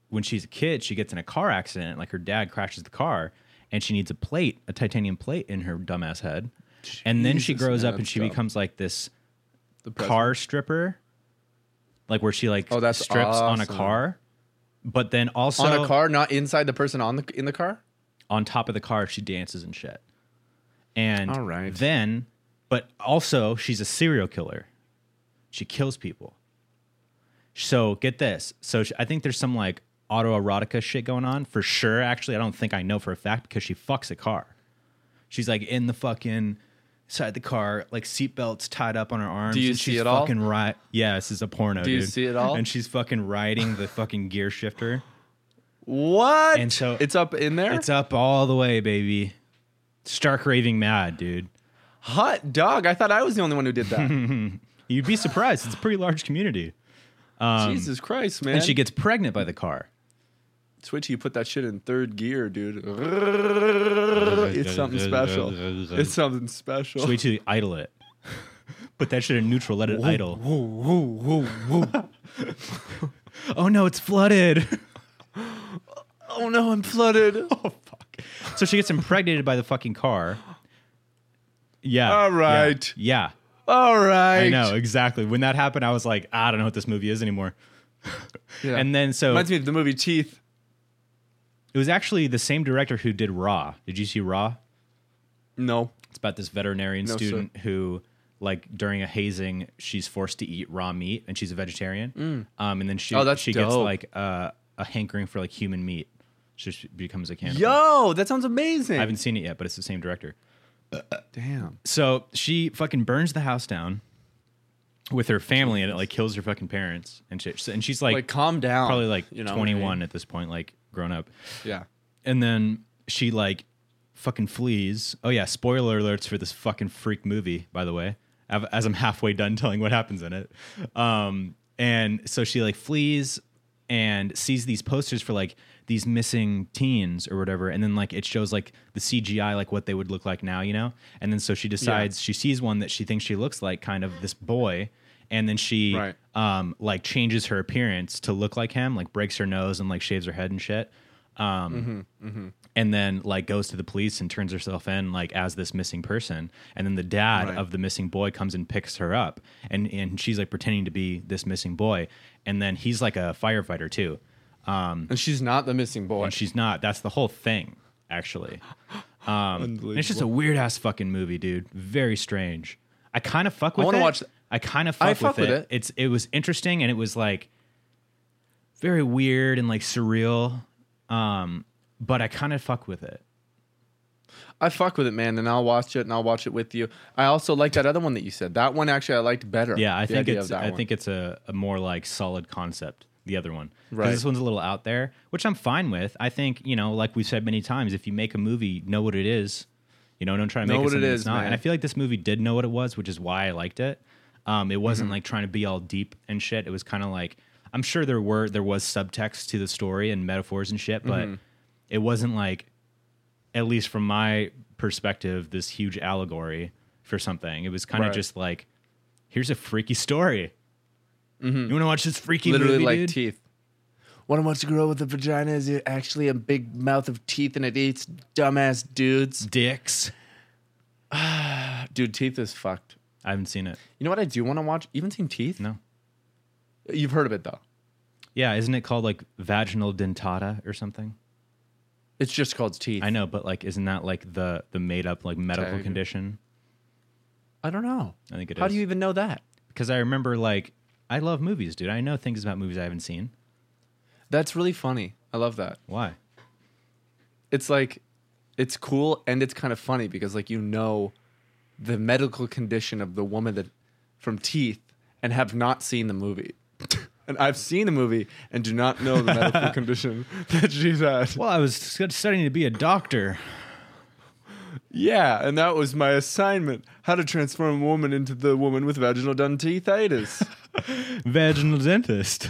A: when she's a kid, she gets in a car accident. Like her dad crashes the car, and she needs a plate, a titanium plate, in her dumbass head. and then she
B: Jesus,
A: grows
B: man,
A: up and
B: that's
A: she
B: dumb.
A: becomes like this
B: The
A: car stripper, like where she like
B: Oh, that's
A: strips on a
B: awesome.
A: car. But then also
B: on a car, not inside the person on the in the car?
A: on top of the car she dances and shit and
B: All right.
A: then but also she's a serial killer she kills people so get this so she, i think there's some like autoerotica shit going on for sure actually i don't think i know for a fact because she fucks a car she's like in the fucking side the car like seatbelts tied up on her arms
B: Do you
A: and
B: see
A: she's
B: it all?
A: fucking right yeah this is a porno
B: Do you
A: dude.
B: see it all?
A: and she's fucking riding the fucking gear shifter
B: What?
A: And so-
B: it's up in there?
A: it's up all the way baby stark raving mad dude
B: hot dog. I thought I was the only one who did that.
A: You'd be surprised. It's a pretty large community.
B: Jesus Christ, man.
A: Um, And she gets pregnant by the car.
B: Twitchy, you put that shit in third gear, dude. it's something special. It's something special.
A: So we to idle it. Put that shit in neutral, let it idle. oh no, it's flooded.
B: Oh no, I'm flooded.
A: oh fuck. So she gets impregnated by the fucking car. Yeah.
B: All
A: yeah,
B: right.
A: Yeah.
B: All right.
A: I know, exactly. When that happened, I was like, "Ah, I don't know what this movie is anymore.
B: Yeah.
A: And then so
B: reminds me of the movie Teeth.
A: it was actually the same director who did Raw. Did you see Raw?
B: No.
A: It's about this veterinarian
B: No, sir.
A: student who, like, during a hazing, she's forced to eat raw meat, and she's a vegetarian. Um, and then she
B: Oh, that's
A: she gets
B: dope.
A: like uh, a hankering for like human meat. So she becomes a cannibal.
B: Yo, that sounds
A: I
B: amazing.
A: haven't seen it yet, but it's the same director.
B: Damn.
A: So she fucking burns the house down with her family, and it like kills her fucking parents and shit. And she's like,
B: Like, calm down.
A: probably like
B: You know what I
A: twenty
B: mean?
A: one at this point, like grown up.
B: Yeah.
A: and then she like fucking flees. Oh yeah, spoiler alerts for this fucking freak movie, by the way. av- As I'm halfway done telling what happens in it, um, and so she like flees and sees these posters for like these missing teens or whatever, and then like it shows like the CGI like what they would look like now, you know. And then so she decides she sees one that she thinks she looks like kind of this boy, and then she
B: Right.
A: um like changes her appearance to look like him, like breaks her nose and like shaves her head and shit. Um and then like goes to the police and turns herself in like as this missing person and then the dad
B: Right.
A: of the missing boy comes and picks her up and and she's like pretending to be this missing boy and then he's like a firefighter too
B: and she's not the missing boy.
A: and she's not that's the whole thing actually
B: Unbelievable.
A: And it's just a weird ass fucking movie, dude. Very strange. I kind of fuck with
B: wanna
A: it.
B: watch-
A: I kind of fuck,
B: I
A: with,
B: fuck
A: it.
B: with it.
A: It's it was interesting and it was like very weird and like surreal. Um, but I kind of fuck with it.
B: I fuck with it, man, and I'll watch it and I'll watch it with you. I also like that other one that you said. That one actually I liked better.
A: Yeah, I
B: the
A: think
B: idea
A: it's
B: of that
A: I
B: one.
A: think it's a, a more like solid concept. The other one, 'Cause
B: Right.
A: This one's a little out there, which I'm fine with. I think you know, like we've said many times, if you make a movie, know what it is. You know, don't try to
B: Know
A: make it
B: what it
A: something
B: is,
A: it's not.
B: man.
A: And I feel like this movie did know what it was, which is why I liked it. Um, it wasn't
B: Mm-hmm.
A: like trying to be all deep and shit. It was kind of like I'm sure there were there was subtext to the story and metaphors and shit, but
B: Mm-hmm.
A: it wasn't like at least from my perspective, this huge allegory for something. It was kind
B: Right.
A: of just like, here's a freaky story. You want to watch this freaky
B: Mm-hmm. literally
A: movie,
B: like
A: dude?
B: teeth. One who wants to grow with a vagina is actually a big mouth of teeth and it eats dumbass dudes.
A: Dicks.
B: Dude, teeth is fucked.
A: I haven't seen it.
B: You know what I do want to watch? You haven't seen Teeth?
A: No.
B: You've heard of it though.
A: Yeah, isn't it called like vaginal dentata or something?
B: It's just called Teeth.
A: I know, but like, isn't that like the the made up like medical
B: Tag.
A: condition?
B: I don't know.
A: I think it is.
B: How do you even know that?
A: Because I remember like I love movies, dude. I know things about movies I haven't seen.
B: That's really funny. I love that.
A: Why?
B: It's like it's cool and it's kind of funny because like you know the medical condition of the woman that from Teeth and have not seen the movie. and I've seen the movie and do not know the medical condition that she's had.
A: Well, I was studying to be a doctor.
B: Yeah, and that was my assignment. How to transform a woman into the woman with vaginal dentatitis.
A: vaginal dentist.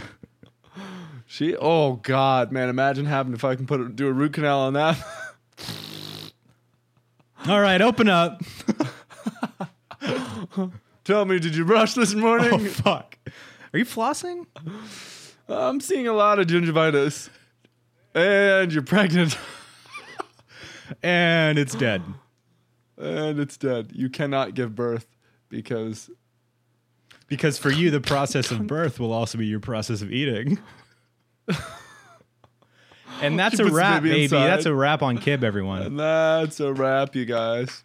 B: She, oh god, man! Imagine having to fucking put a, do a root canal on that.
A: All right, open up.
B: Tell me, did you brush this morning?
A: Oh, fuck. Are you flossing?
B: I'm seeing a lot of gingivitis, and you're pregnant,
A: And it's dead.
B: and it's dead. You cannot give birth because
A: Because for you, the process of birth will also be your process of eating. And that's a
B: puts the
A: wrap,
B: baby
A: baby.
B: inside.
A: That's a wrap on Kib, everyone.
B: and that's a wrap, you guys.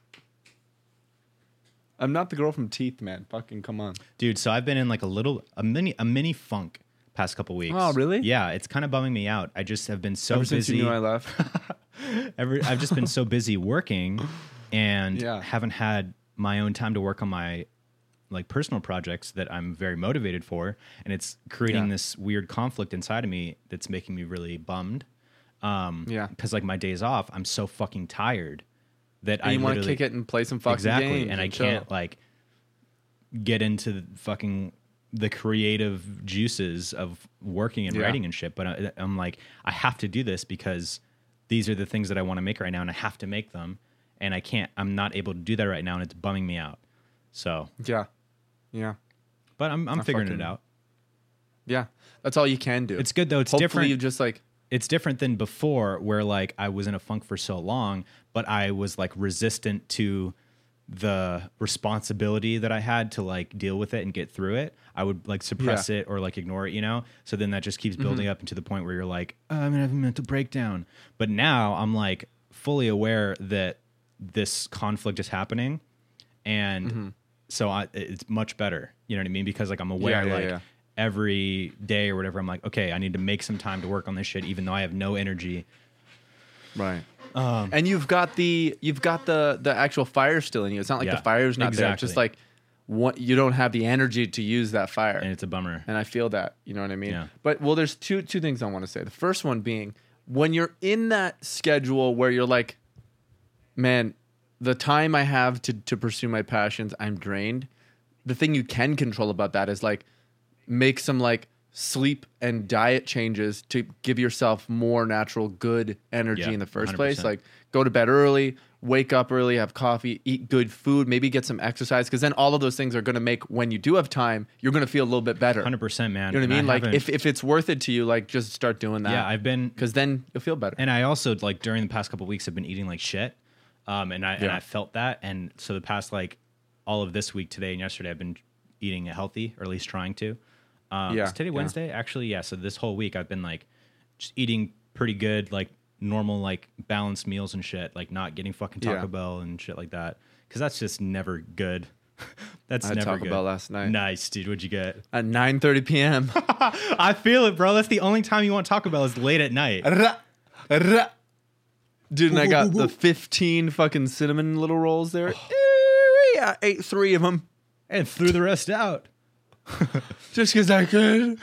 B: I'm not the girl from Teeth, man. Fucking come on.
A: Dude, so I've been in like a little, a mini, a mini funk past couple weeks.
B: Oh, really?
A: Yeah, it's kind of bumming me out. I just have been so
B: Ever since
A: busy.
B: you knew I left,
A: Every, I've just been so busy working and
B: Yeah.
A: haven't had my own time to work on my like personal projects that I'm very motivated for. And it's creating
B: Yeah.
A: this weird conflict inside of me that's making me really bummed. Um,
B: Yeah.
A: Cause like my days off, I'm so fucking tired that I
B: and you want to
A: literally-
B: kick it and play some fucking
A: exactly.
B: games
A: and I
B: chill.
A: can't like get into the fucking the creative juices of working and
B: Yeah.
A: writing and shit. But I, I'm like, I have to do this because these are the things that I want to make right now, and I have to make them. And I can't. I'm not able to do that right now, and it's bumming me out. So,
B: Yeah, yeah.
A: but I'm I'm figuring
B: fucking-
A: it out.
B: Yeah, that's all you can do.
A: It's good though. It's
B: Hopefully
A: different.
B: you just like
A: it's different than before where like I was in a funk for so long, but I was like resistant to the responsibility that I had to like deal with it and get through it. I would like suppress it or like ignore it, you know? So then that just keeps building up into the point where you're like, oh, I'm gonna have a mental breakdown. But now I'm like fully aware that this conflict is happening and so I, it's much better. You know what I mean? Because like I'm aware,
B: Mm-hmm. yeah,
A: like
B: yeah.
A: every day or whatever, I'm like, okay, I need to make some time to work on this shit, even though I have no energy.
B: right.
A: Um,
B: and you've got the you've got the the actual fire still in you. It's not like
A: Yeah,
B: the fire's not there. It's
A: exactly.
B: just like what you don't have the energy to use that fire.
A: And it's a bummer.
B: and I feel that. You know what I mean?
A: Yeah.
B: But well, there's two two things I want to say. The first one being when you're in that schedule where you're like, man, the time I have to to pursue my passions, I'm drained. The thing you can control about that is like make some like sleep and diet changes to give yourself more natural good energy
A: Yeah,
B: in the first place.
A: 100%.
B: Like go to bed early, wake up early, have coffee, eat good food, maybe get some exercise, because then all of those things are going to make when you do have time, you're going to feel a little bit better.
A: hundred percent, man.
B: You know what
A: And
B: I mean? like
A: haven't-
B: if, if it's worth it to you, like just start doing that.
A: yeah, I've been
B: because then you'll feel better.
A: and I also like during the past couple weeks have been eating like shit, um, and I and
B: Yeah.
A: I felt that, and so the past like all of this week, today and yesterday, I've been eating healthy, or at least trying to. Um,
B: Yeah,
A: is today
B: yeah.
A: Wednesday, actually, yeah. So this whole week, I've been like just eating pretty good, like normal, like balanced meals and shit, like not getting fucking Taco
B: Yeah.
A: Bell and shit like that, because that's just never good. that's
B: I had
A: never
B: Taco
A: good.
B: Bell last night.
A: Nice, dude. What'd you get?
B: At 9:30 p.m.
A: I feel it, bro. That's the only time you want Taco Bell is late at night.
B: Ra, ra. Dude, and I got the 15 fucking cinnamon little rolls there. Ew, I ate three of them
A: and threw the rest out.
B: just because I could.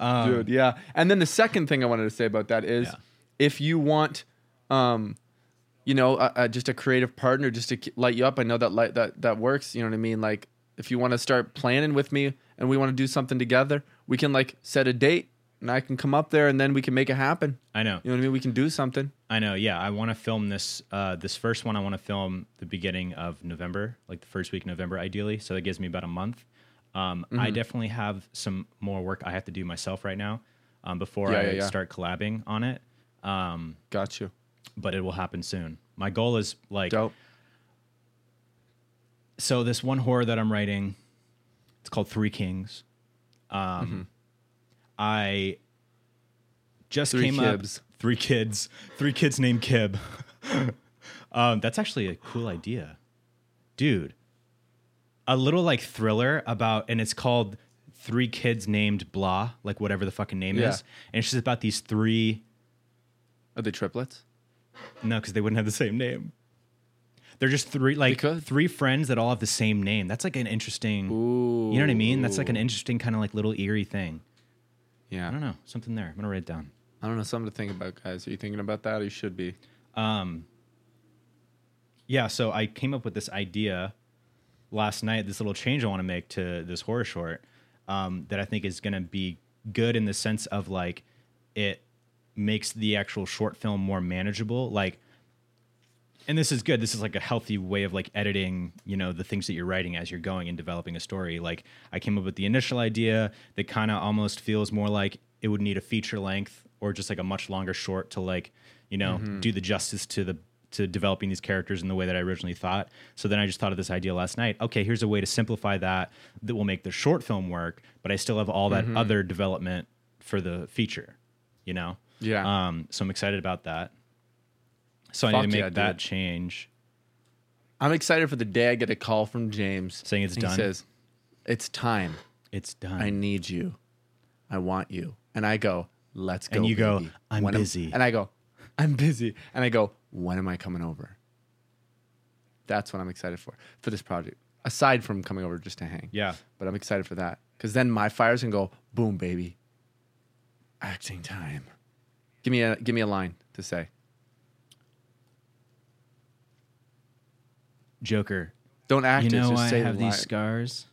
B: Dude, yeah. And then the second thing I wanted to say about that is
A: Yeah.
B: if you want, um, you know, a, a, just a creative partner just to k- light you up, I know that light, that, that works. You know what I mean? Like, if you want to start planning with me and we want to do something together, we can like set a date and I can come up there and then we can make it happen.
A: I know.
B: You know what I mean? We can do something.
A: I know. Yeah, I want to film this. Uh, this first one, I want to film the beginning of November, like the first week of November, ideally. So that gives me about a month. Um,
B: Mm-hmm.
A: I definitely have some more work I have to do myself right now um, before
B: Yeah,
A: I
B: yeah, yeah.
A: start collabing on it. Um,
B: Got you.
A: but it will happen soon. My goal is like
B: Dope.
A: so. This one horror that I'm writing, it's called Three Kings. Um,
B: Mm-hmm.
A: I just
B: Three
A: came
B: Kibs.
A: up three kids, three kids named Kib. um, that's actually a cool idea, dude. A little like thriller about, and it's called Three Kids Named Blah, like whatever the fucking name
B: Yeah.
A: is, and it's just about these three.
B: Are they triplets?
A: No, because they wouldn't have the same name. They're just three like
B: could.
A: three friends that all have the same name. That's like an interesting.
B: Ooh.
A: You know what I mean? That's like an interesting kind of like little eerie thing.
B: Yeah.
A: I don't know, something there. I'm gonna write it down.
B: I don't know. Something to think about, guys. Are you thinking about that? Or you should be.
A: Yeah, so I came up with this idea last night, this little change I want to make to this horror short um, that I think is going to be good in the sense of like it makes the actual short film more manageable. Like, and this is good. This is like a healthy way of like editing, you know, the things that you're writing as you're going and developing a story. Like, I came up with the initial idea that kind of almost feels more like it would need a feature length or just like a much longer short to like, you know, do the justice to the to developing these characters in the way that I originally thought. So then I just thought of this idea last night. Okay, here's a way to simplify that that will make the short film work, but I still have all that other development for the feature, you know?
B: Yeah.
A: Um, so I'm excited about that. So I
B: Fuck
A: need to make
B: yeah,
A: that
B: dude.
A: change.
B: I'm excited for the day I get a call from James
A: Saying it's
B: And
A: done?
B: He says, "It's time.
A: It's done.
B: I need you. I want you." And I go, "Let's go."
A: And you go,
B: baby.
A: "I'm
B: When am-"
A: busy.
B: and I go, "I'm busy." And I go, "When am I coming over?" That's what I'm excited for for this project. Aside from coming over just to hang.
A: yeah.
B: But I'm excited for that because then my fires can go boom, baby. Acting time. Give me a give me a line to say.
A: Joker.
B: Don't act.
A: You
B: it,
A: know
B: just
A: I
B: say
A: have
B: the
A: these
B: line.
A: scars.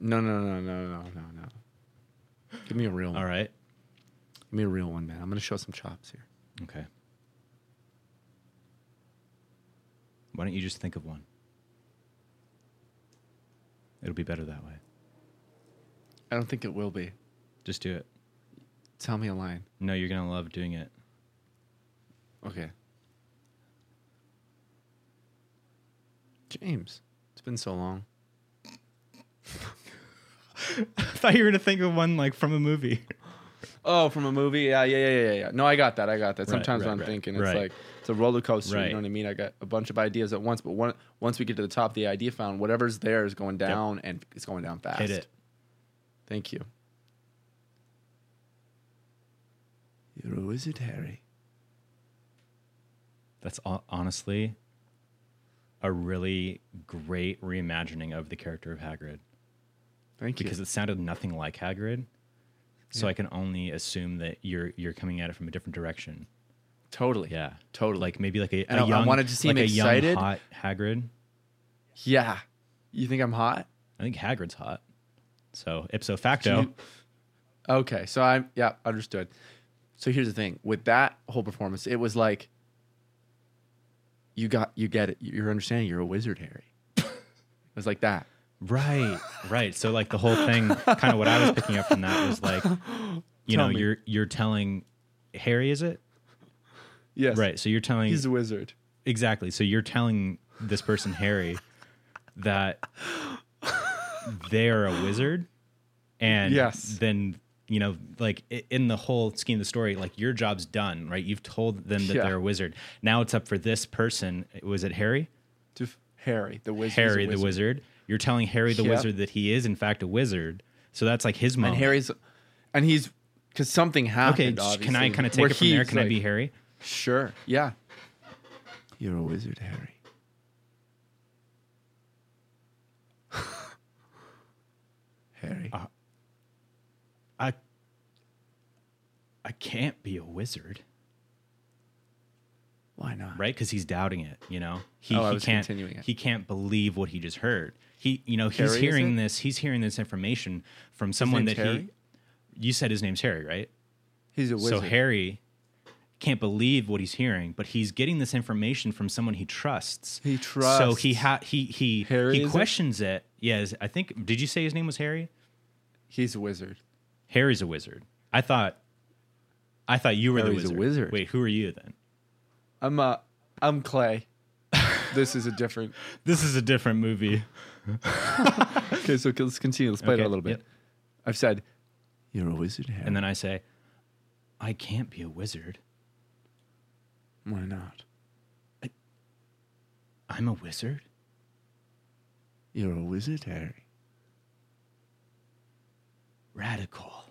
B: No, no, no, no, no, no, no. Give me a real one.
A: All right.
B: Give me a real one, man. I'm gonna show some chops here.
A: Okay. Why don't you just think of one? It'll be better that way.
B: I don't think it will be.
A: Just do it.
B: Tell me a line.
A: No, you're gonna love doing it.
B: Okay. James, it's been so long.
A: I thought you were gonna think of one like from a movie.
B: Oh, from a movie? Yeah, yeah, yeah, yeah, yeah. No, I got that. I got that.
A: Right,
B: Sometimes
A: right,
B: when I'm
A: right,
B: thinking,
A: right.
B: it's like it's a roller coaster.
A: Right.
B: You know what I mean? I got a bunch of ideas at once, but one, once we get to the top, the idea found whatever's there is going down, and it's going down fast.
A: Hit it.
B: Thank you. You're a wizard, Harry.
A: That's ho- honestly a really great reimagining of the character of Hagrid
B: Thank you.
A: because it sounded nothing like Hagrid. So I can only assume that you're you're coming at it from a different direction.
B: totally.
A: Yeah,
B: Totally.
A: like maybe like a,
B: And
A: a
B: I- I
A: young,
B: wanted to seem
A: like a young
B: excited.
A: hot Hagrid.
B: Yeah. You think I'm hot?
A: I think Hagrid's hot. So ipso facto,
B: Do Okay. So I'm, yeah, understood. So here's the thing with that whole performance, it was like, you got you get it. You're understanding. You're a wizard, Harry. it was like that.
A: Right, right. So like the whole thing, kind of what I was picking up from that was like, you
B: Tell
A: know,
B: me.
A: you're you're telling Harry, is it?
B: Yes.
A: Right. So you're telling
B: He's a wizard.
A: exactly. So you're telling this person Harry that they're a wizard, and
B: Yes.
A: then you know, like i- in the whole scheme of the story, like your job's done, right? You've told them that
B: Yeah.
A: they're a wizard. Now it's up for this person. Was it Harry?
B: To f- Harry the wizard.
A: Harry the wizard. You're telling Harry the
B: Yep.
A: wizard that he is in fact a wizard. So that's like his
B: And
A: moment.
B: Harry's, and he's because something
A: okay,
B: happened.
A: sh- can I kind
B: obviously,
A: of
B: where
A: take it from there?
B: he's
A: Can I
B: like,
A: be Harry?
B: Sure. Yeah. You're a wizard, Harry. Harry.
A: I I can't be a wizard,
B: Why not?
A: right? Because he's doubting it. You know, he,
B: Oh, I
A: he
B: was
A: can't
B: continuing it.
A: he can't believe what he just heard. He you know he's
B: Harry, is
A: hearing
B: it?
A: this he's hearing this information from someone that
B: name's Harry?
A: he you said his name's Harry, right?
B: He's a
A: So
B: wizard.
A: Harry can't believe what he's hearing, but he's getting this information from someone he trusts.
B: He
A: So he
B: trusts.
A: ha- he he
B: Harry,
A: he
B: is it?
A: questions it. Yes, I think. Did you say his name was Harry?
B: He's a wizard.
A: Harry's a wizard. I thought. I thought you were
B: Harry's a
A: the wizard.
B: wizard.
A: Wait, who are you then?
B: I'm uh, I'm Clay. this is a different.
A: This is a different movie.
B: Okay, so let's continue. Let's play it
A: Okay,
B: out a little bit.
A: yep.
B: I've said, you're a wizard, Harry.
A: And then I say, I can't be a wizard.
B: Why not?
A: I'm a wizard.
B: You're a wizard, Harry.
A: Radical.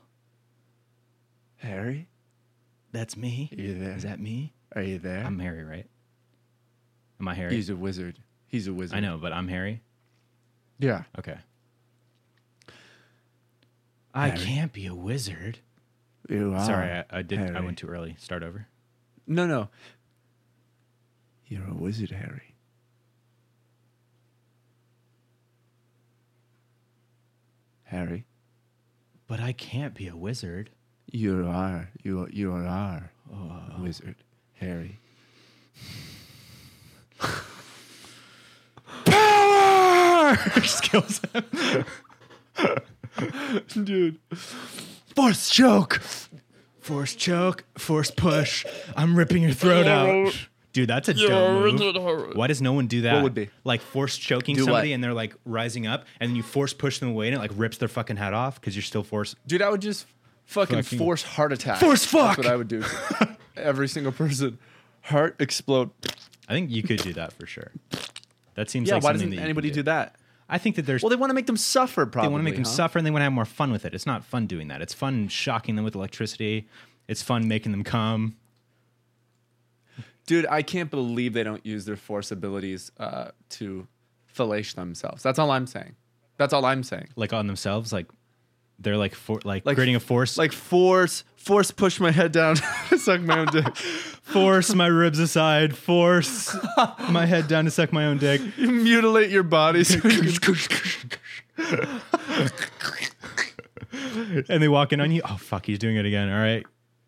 B: Harry,
A: That's me.
B: are you there?
A: Is that me?
B: are you there?
A: I'm Harry, right? Am I Harry?
B: He's a wizard. He's a wizard.
A: I know, but I'm Harry.
B: Yeah.
A: Okay. I
B: Harry.
A: can't be a wizard.
B: You are.
A: Sorry, I, I did. I
B: Harry.
A: went too early. Start over.
B: No, no. You're a wizard, Harry. Harry,
A: But I can't be a wizard.
B: you are. You are, you are a wizard, Harry.
A: Skills.
B: Dude. Force choke.
A: Force choke. Force push. I'm ripping your throat out. Dude, that's a dumb move. Why does no one do that?
B: would be?
A: like force choking
B: Do
A: somebody
B: what?
A: and they're like rising up and then you force push them away and it like rips their fucking hat off because you're still force.
B: Dude, I would just fucking,
A: Fucking-
B: force heart attack.
A: Force fuck!
B: That's what I would do. to Every single person. Heart explode.
A: I think you could do that for sure. That seems
B: Yeah,
A: like
B: why
A: something
B: doesn't
A: that you
B: anybody
A: could
B: do that?
A: I think that there's
B: Well, they want to make them suffer, probably.
A: they want to make them
B: huh?
A: suffer and they want to have more fun with it. It's not fun doing that. It's fun shocking them with electricity. It's fun making them come.
B: Dude, I can't believe they don't use their force abilities uh, to fellate themselves. That's all I'm saying. That's all I'm saying.
A: like on themselves, like they're like for like,
B: Like-
A: creating a force,
B: Like force, force push my head down, suck my own dick.
A: force my ribs aside, force my head down to suck my own dick.
B: You mutilate your body. So you can-
A: And they walk in on you. Oh fuck, he's doing it again. All right.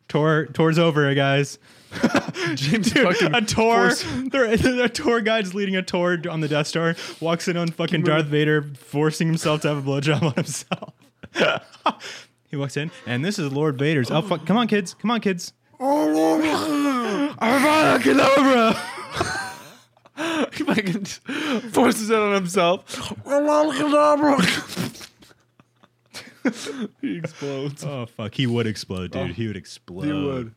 A: Tour tour's over, guys.
B: James fucking
A: A tour.
B: force-
A: They're, a tour guide's leading a tour on the Death Star. Walks in on fucking Darth Vader, forcing himself to have a blowjob on himself. he walks in, and this is Lord Vader's. Oh fuck! Come on, kids. Come on, kids.
B: Avada Kedavra. he fucking forces it on himself. Avada Kedavra. he explodes.
A: Oh fuck! He would explode, dude. he would explode.
B: He would.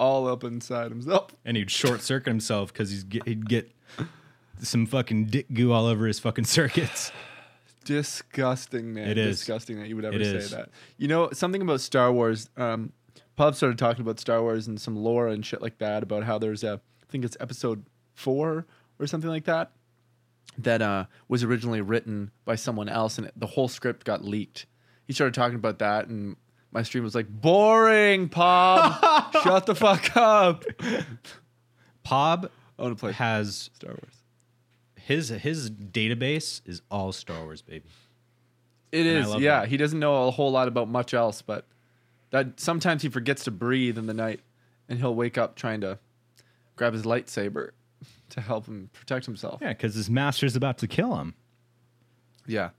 B: All up inside himself.
A: and he'd short circuit himself because he's get, he'd get some fucking dick goo all over his fucking circuits.
B: Disgusting, man.
A: It is.
B: disgusting that you would ever
A: It
B: say
A: is.
B: that. You know something about Star Wars. Um, Pub started talking about Star Wars and some lore and shit like that about how there's a I think it's episode four or something like that that uh, was originally written by someone else and it, the whole script got leaked. He started talking about that and my stream was like boring, Pub. Shut the fuck up.
A: Pob
B: I want to play
A: has
B: Star Wars.
A: his his database is all Star Wars, baby.
B: It
A: I
B: is,
A: love
B: yeah.
A: that.
B: He doesn't know a whole lot about much else, but that sometimes he forgets to breathe in the night, and he'll wake up trying to grab his lightsaber to help him protect himself.
A: Yeah, because his master's about to kill him.
B: Yeah.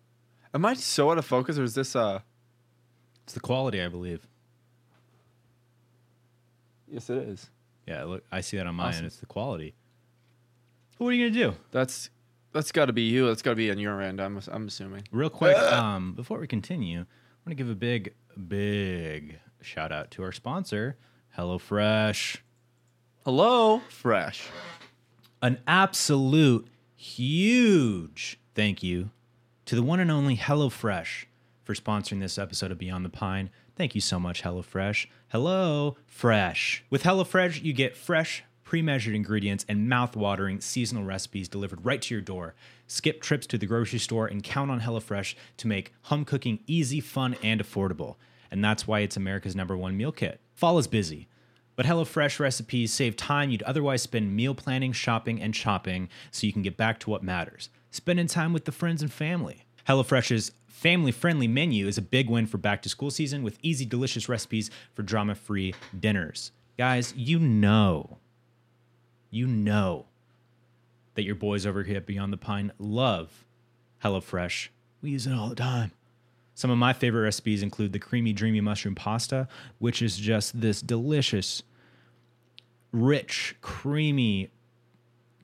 B: Am I so out of focus, or is this uh?
A: It's the quality, I believe.
B: Yes, it is.
A: Yeah, look, I see that on mine.
B: Awesome.
A: It's the quality. What are you gonna do?
B: That's that's got to be you. That's got to be on your end. I'm I'm assuming.
A: Real quick, um, before we continue, I want to give a big, big shout out to our sponsor, HelloFresh.
B: Hello, fresh.
A: An absolute huge thank you to the one and only HelloFresh for sponsoring this episode of Beyond the Pine. Thank you so much, HelloFresh. Hello, Fresh. With HelloFresh, you get fresh, pre measured ingredients and mouth watering seasonal recipes delivered right to your door. Skip trips to the grocery store and count on HelloFresh to make home cooking easy, fun, and affordable. And that's why it's America's number one meal kit. Fall is busy. But HelloFresh recipes save time you'd otherwise spend meal planning, shopping, and shopping so you can get back to what matters spending time with the friends and family. HelloFresh's family friendly menu is a big win for back to school season with easy, delicious recipes for drama free dinners. Guys, you know, you know that your boys over here at Beyond the Pine love HelloFresh. We use it all the time. Some of my favorite recipes include the creamy, dreamy mushroom pasta, which is just this delicious, rich, creamy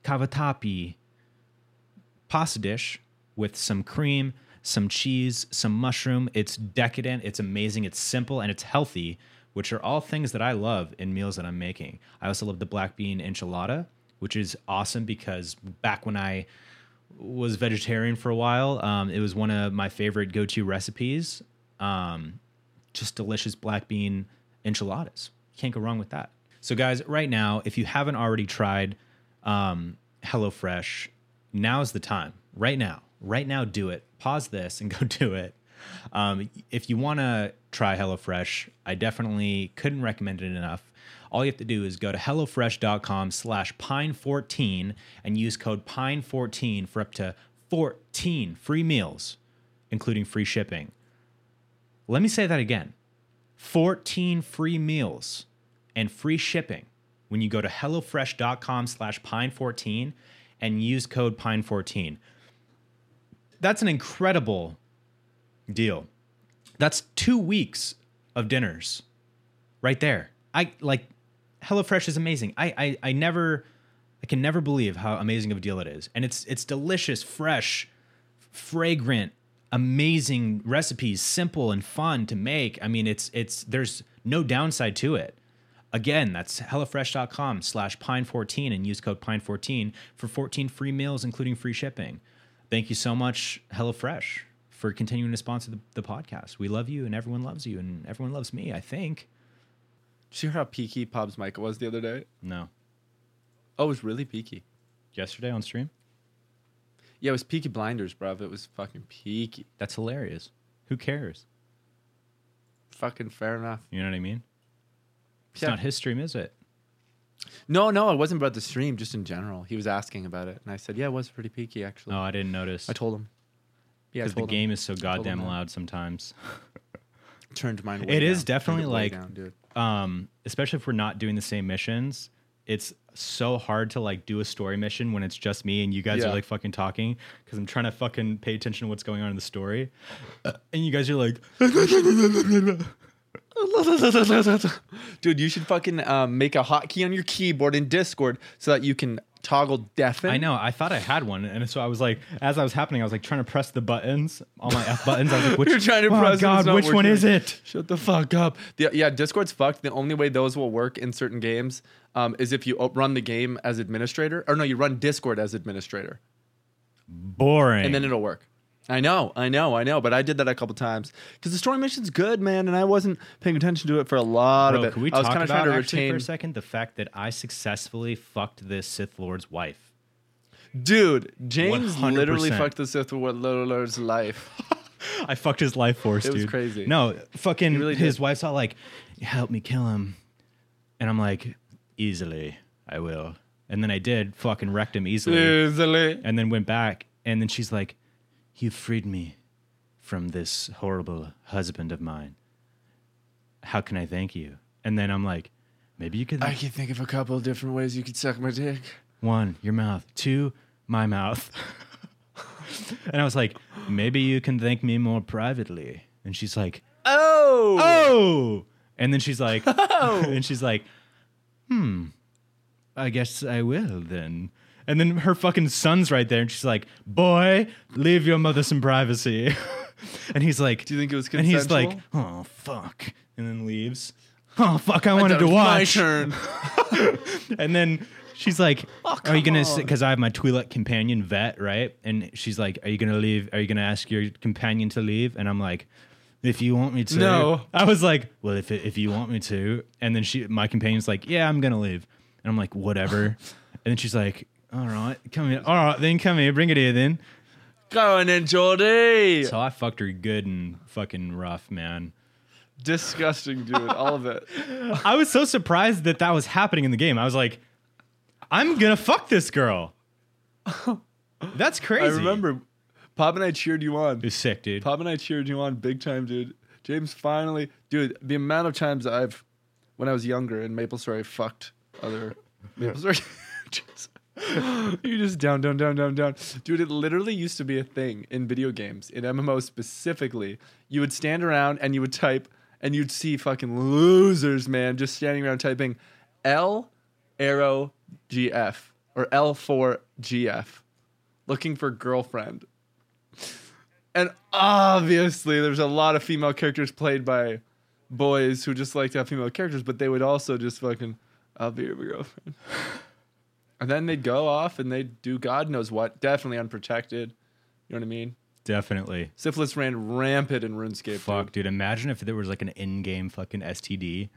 A: cavatappi pasta dish with some cream, some cheese, some mushroom. It's decadent, it's amazing, it's simple, and it's healthy, which are all things that I love in meals that I'm making. I also love the black bean enchilada, which is awesome because back when I was vegetarian for a while. Um, it was one of my favorite go-to recipes. Um, just delicious black bean enchiladas. Can't go wrong with that. So, guys, right now, if you haven't already tried um, HelloFresh, now's the time. Right now, right now, do it. Pause this and go do it. Um, if you want to try HelloFresh, I definitely couldn't recommend it enough. All you have to do is go to HelloFresh.com slash Pine14 and use code Pine14 for up to 14 free meals, including free shipping. Let me say that again 14 free meals and free shipping when you go to HelloFresh.com slash Pine14 and use code Pine14. That's an incredible deal. That's two weeks of dinners right there. I like HelloFresh is amazing. I, I I never I can never believe how amazing of a deal it is. And it's it's delicious, fresh, fragrant, amazing recipes, simple and fun to make. I mean, it's it's there's no downside to it. Again, that's HelloFresh.com slash Pine14 and use code Pine14 for 14 free meals, including free shipping. Thank you so much, HelloFresh, for continuing to sponsor the, the podcast. We love you and everyone loves you and everyone loves me, I think.
B: Did you hear how peaky Pob's mic was the other day?
A: No.
B: Oh, it was really peaky.
A: Yesterday on stream?
B: Yeah, it was peaky blinders, bruv. It was fucking peaky.
A: That's hilarious. Who cares?
B: Fucking fair enough.
A: You know what I mean? It's
B: Yeah.
A: not his stream, is it?
B: No, no, it wasn't about the stream, just in general. He was asking about it, and I said, "Yeah, it was pretty peaky, actually."
A: Oh, I didn't notice.
B: I told him. Yeah, I
A: Because the
B: told him.
A: game is so
B: told him
A: goddamn
B: that.
A: loud sometimes.
B: turned mine.
A: It
B: It is
A: is definitely like-
B: dude.
A: Um, especially if we're not doing the same missions. It's so hard to like do a story mission when it's just me and you guys
B: Yeah.
A: are like fucking talking because I'm trying to fucking pay attention to what's going on in the story. And you guys are like,
B: Dude, you should fucking um, make a hotkey on your keyboard in Discord so that you can toggle deafen.
A: I know. I thought I had one, and so I was like, as I was happening, I was like trying to press the buttons, all my F buttons. I was like, which,
B: You're trying to
A: oh,
B: press. and
A: God,
B: it's not
A: which one
B: working.
A: is it?
B: Shut the fuck up. The, yeah, Discord's fucked. The only way those will work in certain games um, is if you op- run the game as administrator, or no, you run Discord as administrator,
A: Boring.
B: and then it'll work. I know, I know, I know. But I did that a couple times because the story mission's good, man, and I wasn't paying attention to it for a lot
A: Bro,
B: of it.
A: can we
B: I was
A: talk
B: kinda
A: about
B: trying to
A: actually
B: retain.
A: for a second the fact that I successfully fucked this Sith Lord's wife?
B: Dude, James
A: 100%.
B: literally fucked the Sith Lord's life.
A: I fucked his life force,
B: It was
A: dude.
B: crazy.
A: No, fucking
B: really
A: his
B: did.
A: wife's all like, "Help me kill him," and I'm like, "Easily, I will." And then I did fucking wrecked him easily,
B: Easily.
A: and then went back, and then she's like, "You freed me from this horrible husband of mine. How can I thank you?" And then I'm like, "Maybe you could."
B: I can think of a couple different ways you could suck my dick.
A: One, your mouth. Two, my mouth. and I was like, maybe you can thank me more privately. And she's like,
B: Oh.
A: oh. And then she's like, and she's like, hmm, I guess I will then. And then her fucking son's right there, and she's like, boy, leave your mother some privacy. and he's like,
B: Do you think it was
A: and
B: consensual?
A: he's like, oh fuck, and then leaves. Oh fuck, I wanted
B: That
A: to
B: was My
A: watch.
B: turn.
A: And then she's like, "Are you
B: Oh, come
A: gonna?"
B: on.
A: Because I have my Twi'lek companion vet, right? And she's like, "Are you gonna leave? Are you gonna ask your companion to leave?" And I'm like, "If you want me to."
B: No.
A: I was like, "Well, if if you want me to," and then she, my companion's like, "Yeah, I'm gonna leave," and I'm like, "Whatever," and then she's like, "All right, come here. All right, then come here. Bring it here, then."
B: Go on in, Jordy.
A: So I fucked her good and fucking rough, man.
B: Disgusting, dude. All of it.
A: I was so surprised that that was happening in the game. I was like, I'm gonna fuck this girl. That's crazy.
B: I remember Pop and I cheered you on.
A: It was sick, dude.
B: Pop and I cheered you on big time, dude. James finally, dude, the amount of times I've, when I was younger in Maple Story, fucked other Maple Story. kids. you just down, down, down, down, down. Dude, it literally used to be a thing in video games, in MMO specifically. You would stand around and you would type, and you'd see fucking losers, man, just standing around typing L arrow GF or L4 GF, looking for girlfriend. And obviously, there's a lot of female characters played by boys who just like to have female characters, but they would also just fucking, I'll be your girlfriend. and then they'd go off and they'd do God knows what, definitely unprotected. You know what I mean?
A: Definitely.
B: Syphilis ran rampant in RuneScape.
A: Fuck,
B: dude.
A: dude. Imagine if there was like an in-game fucking STD,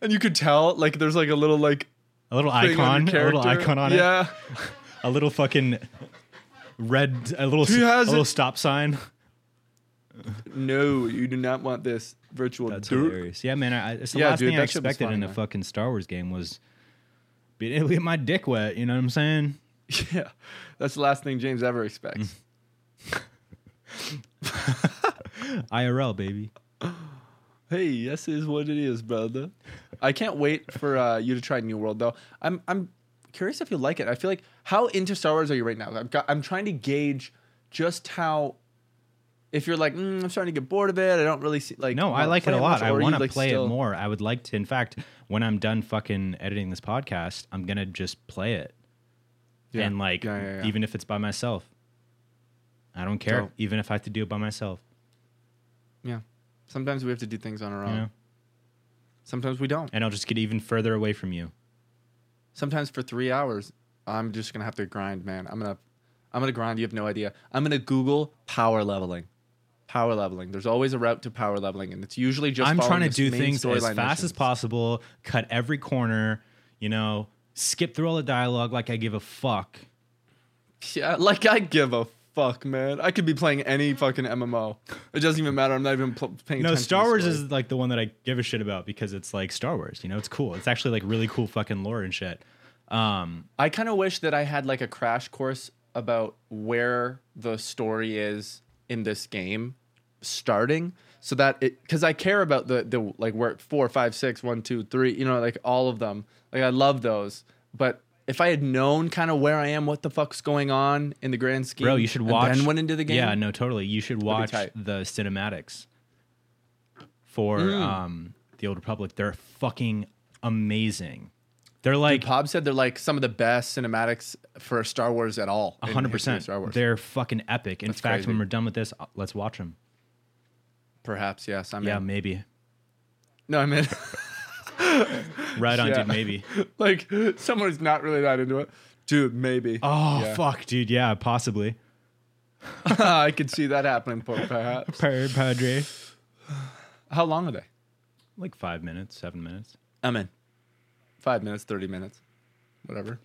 B: And you could tell, like, there's like a little, like,
A: a little
B: thing
A: icon,
B: on your
A: a little
B: character.
A: icon on it,
B: Yeah.
A: a little fucking red, a little, s- a
B: has
A: little
B: it.
A: stop sign.
B: No, you do not want this virtual
A: That's
B: dirt.
A: hilarious. Yeah, man. I, it's the
B: Yeah,
A: last
B: dude,
A: thing I
B: that shit was
A: expected
B: funny,
A: in a
B: man.
A: fucking Star Wars game was being able to get my dick wet. You know what I'm saying?
B: Yeah. That's the last thing James ever expects.
A: IRL, baby.
B: Hey, this is what it is, brother. I can't wait for uh, you to try New World though. I'm I'm curious if you like it. I feel like how into Star Wars are you right now? I've got, I'm trying to gauge just how if you're like mm, I'm starting to get bored of it. I don't really see like
A: No, I
B: wanna
A: like it
B: play
A: a lot.
B: much,"
A: I
B: or
A: want
B: you,
A: to
B: like,
A: play
B: still-
A: it more. I would like to. In fact, when I'm done fucking editing this podcast, I'm gonna just play it.
B: Yeah.
A: And like,
B: Yeah, yeah, yeah.
A: even if it's by myself, I don't care.
B: Dope.
A: Even if I have to do it by myself,
B: Yeah. Sometimes we have to do things on our
A: you
B: own.
A: know,
B: Sometimes we don't.
A: and I'll just get even further away from you.
B: Sometimes for three hours, I'm just gonna have to grind, man. I'm gonna I'm gonna grind. You have no idea. I'm gonna Google power leveling. Power leveling. There's always a route to power leveling, and it's usually just.
A: I'm
B: following
A: trying to do
B: this main
A: things as
B: storyline
A: fast
B: missions.
A: as possible, cut every corner, you know, skip through all the dialogue like I give a fuck.
B: Yeah, like I give a fuck, man. I could be playing any fucking MMO. It doesn't even matter. I'm not even pl- paying.
A: No,
B: attention to
A: Star
B: the
A: Wars
B: story.
A: is like the one that I give a shit about because it's like Star Wars. You know, it's cool. It's actually like really cool fucking lore and shit. Um,
B: I kind of wish that I had like a crash course about where the story is in this game starting so that it because I care about the the like where four, five, six, one, two, three, you know, like all of them. Like I love those. But if I had known kind of where I am, what the fuck's going on in the grand scheme,
A: bro, you should
B: and
A: watch.
B: Then went into the game.
A: Yeah, no, totally. You should watch
B: tight.
A: the cinematics for
B: Mm.
A: um, the Old Republic. They're fucking amazing. They're like
B: Bob said they're like some of the best cinematics for Star Wars at all. in the
A: hundred
B: history of
A: percent.
B: Star Wars.
A: They're fucking epic. In
B: That's
A: fact, when
B: crazy.
A: we're done with this, uh, let's watch them.
B: Perhaps yes. I'm
A: Yeah,
B: in.
A: maybe.
B: No, I'm in.
A: Right on,
B: Yeah.
A: dude. Maybe.
B: like someone who's not really that into it. Dude, maybe.
A: Oh
B: Yeah.
A: fuck, dude. Yeah, possibly.
B: I could see that happening, per- perhaps.
A: Per- Padre.
B: How long are they?
A: Like five minutes, seven minutes.
B: I'm in. Five minutes, 30 minutes, whatever.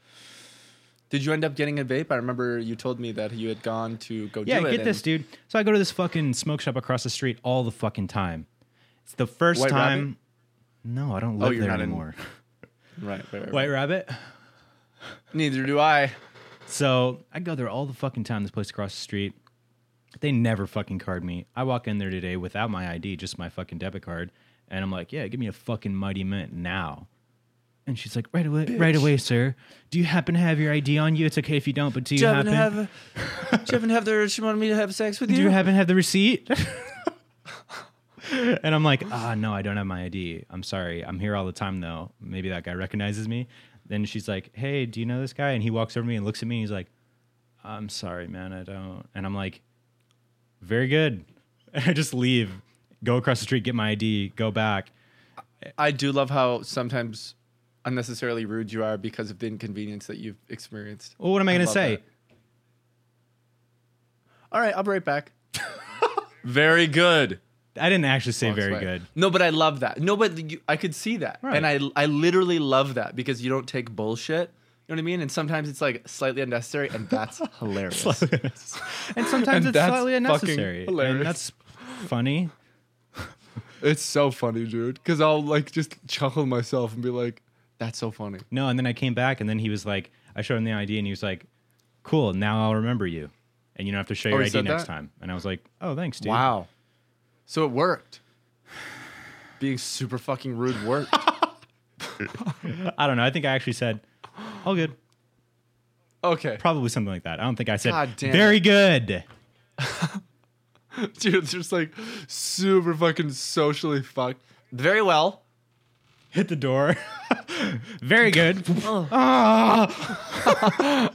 B: Did you end up getting a vape? I remember you told me that you had gone to go
A: Yeah,
B: do it.
A: get
B: and
A: this, dude. So I go to this fucking smoke shop across the street all the fucking time. It's the first
B: White Oh,
A: time. No, I don't live
B: you're
A: there
B: not in-
A: anymore.
B: Right, right, right.
A: White Rabbit.
B: Neither do I.
A: So I go there all the fucking time. This place across the street. They never fucking card me. I walk in there today without my ID, just my fucking debit card, and I'm like, "Yeah, give me a fucking mighty mint now." And she's like, right away, right away, sir. Do you happen to have your ID on you? It's okay if you don't, but do you,
B: Do you
A: happen,
B: happen to have? Do you happen to have the? She wanted me to have sex with you.
A: do you happen to have the receipt? and I'm like, ah, no, I don't have my ID. I'm sorry. I'm here all the time though. Maybe that guy recognizes me. Then she's like, hey, do you know this guy? And he walks over to me and looks at me and he's like, I'm sorry, man, I don't. And I'm like, very good. And I just leave, go across the street, get my ID, go back.
B: I do love how sometimes unnecessarily rude you are because of the inconvenience that you've experienced.
A: Well, what am I,
B: I
A: gonna
B: love
A: say?
B: that. All right, I'll be right back. Very good.
A: I didn't actually say very
B: Right.
A: good.
B: No, but I love that. No, but you, I could see that,
A: Right.
B: and I I literally love that because you don't take bullshit. You know what I mean? And sometimes it's like slightly unnecessary, and that's hilarious.
A: and sometimes
B: And
A: it's
B: that's
A: slightly
B: fucking
A: unnecessary.
B: hilarious.
A: And that's funny.
B: It's so funny, dude. Because I'll like just chuckle myself and be like, "That's so funny."
A: No, and then I came back, and then he was like, I showed him the ID, and he was like, "Cool, now I'll remember you, and you don't have to show your
B: Oh, he
A: ID
B: said
A: next
B: that?
A: time." And I was like, "Oh, thanks, dude."
B: Wow. So it worked. Being super fucking rude worked.
A: I don't know. I think I actually said, "All good,"
B: Okay.
A: probably something like that. I don't think I said,
B: God damn
A: "Very good."
B: Dude, it's just like super fucking socially fucked. Very well.
A: Hit the door. Very good.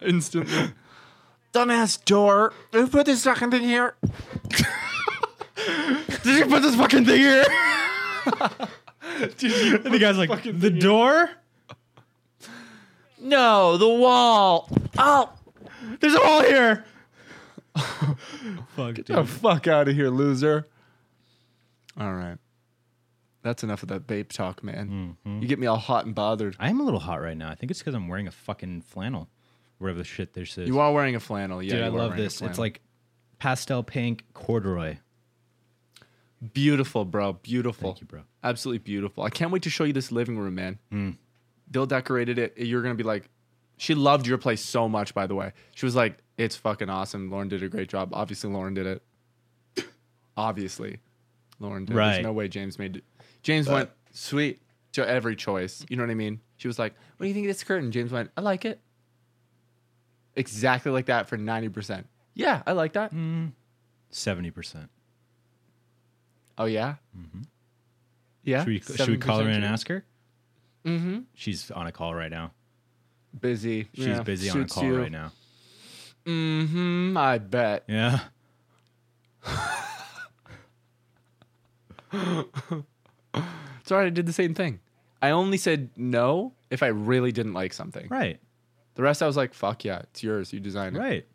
B: Instantly. Dumbass door. Who put this fucking thing here?
A: Did you put this fucking thing here?
B: Dude,
A: And the guy's like, "The door."
B: no, the wall. Oh.
A: There's a hole here. Fuck,
B: The
A: dude.
B: fuck out of here, loser. All right. That's enough of that babe talk, man.
A: Mm-hmm.
B: You get me all hot and bothered.
A: I am a little hot right now. I think it's because I'm wearing a fucking flannel, whatever the shit this is.
B: You are wearing a flannel. Yeah,
A: Dude, I
B: you are
A: love
B: wearing a
A: this. It's
B: flannel.
A: like pastel pink corduroy.
B: Beautiful, bro. Beautiful.
A: Thank you, bro.
B: Absolutely beautiful. I can't wait to show you this living room, man.
A: Hmm.
B: Dill decorated it. You're gonna be like, she loved your place so much. By the way, she was like, it's fucking awesome. Lauren did a great job. Obviously, Lauren did it. Obviously, Lauren did.
A: Right.
B: There's no way James made it. James went sweet to every choice. You know what I mean? She was like, what do you think of this curtain? James went, I like it. Exactly like that for ninety percent. Yeah, I like that.
A: Hmm. Seventy percent.
B: Oh yeah. Yeah.
A: Mm-hmm. Should we, should we call her
B: 7%
A: in and
B: too?
A: ask her? Mm-hmm. She's on a call right now.
B: busy.
A: She's
B: Yeah,
A: busy on a
B: suits
A: call
B: you.
A: right now.
B: Mm, I bet.
A: Yeah.
B: It's all right. I did the same thing. I only said no if I really didn't like something.
A: Right.
B: The rest, I was like, fuck yeah, it's yours. You design it.
A: Right.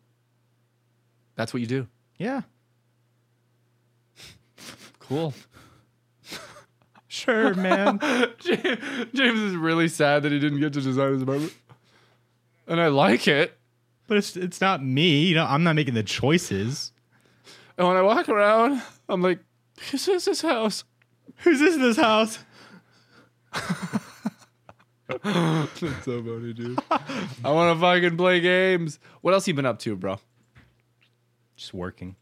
B: That's what you do.
A: Yeah.
B: Cool.
A: Sure, man.
B: James is really sad that he didn't get to design his apartment. And I like it.
A: but it's it's not me. You know, I'm not making the choices.
B: And when I walk around, I'm like, this is this house.
A: Who's this in this house?
B: That's so funny, dude. I want to fucking play games. What else you been up to, bro?
A: Just working.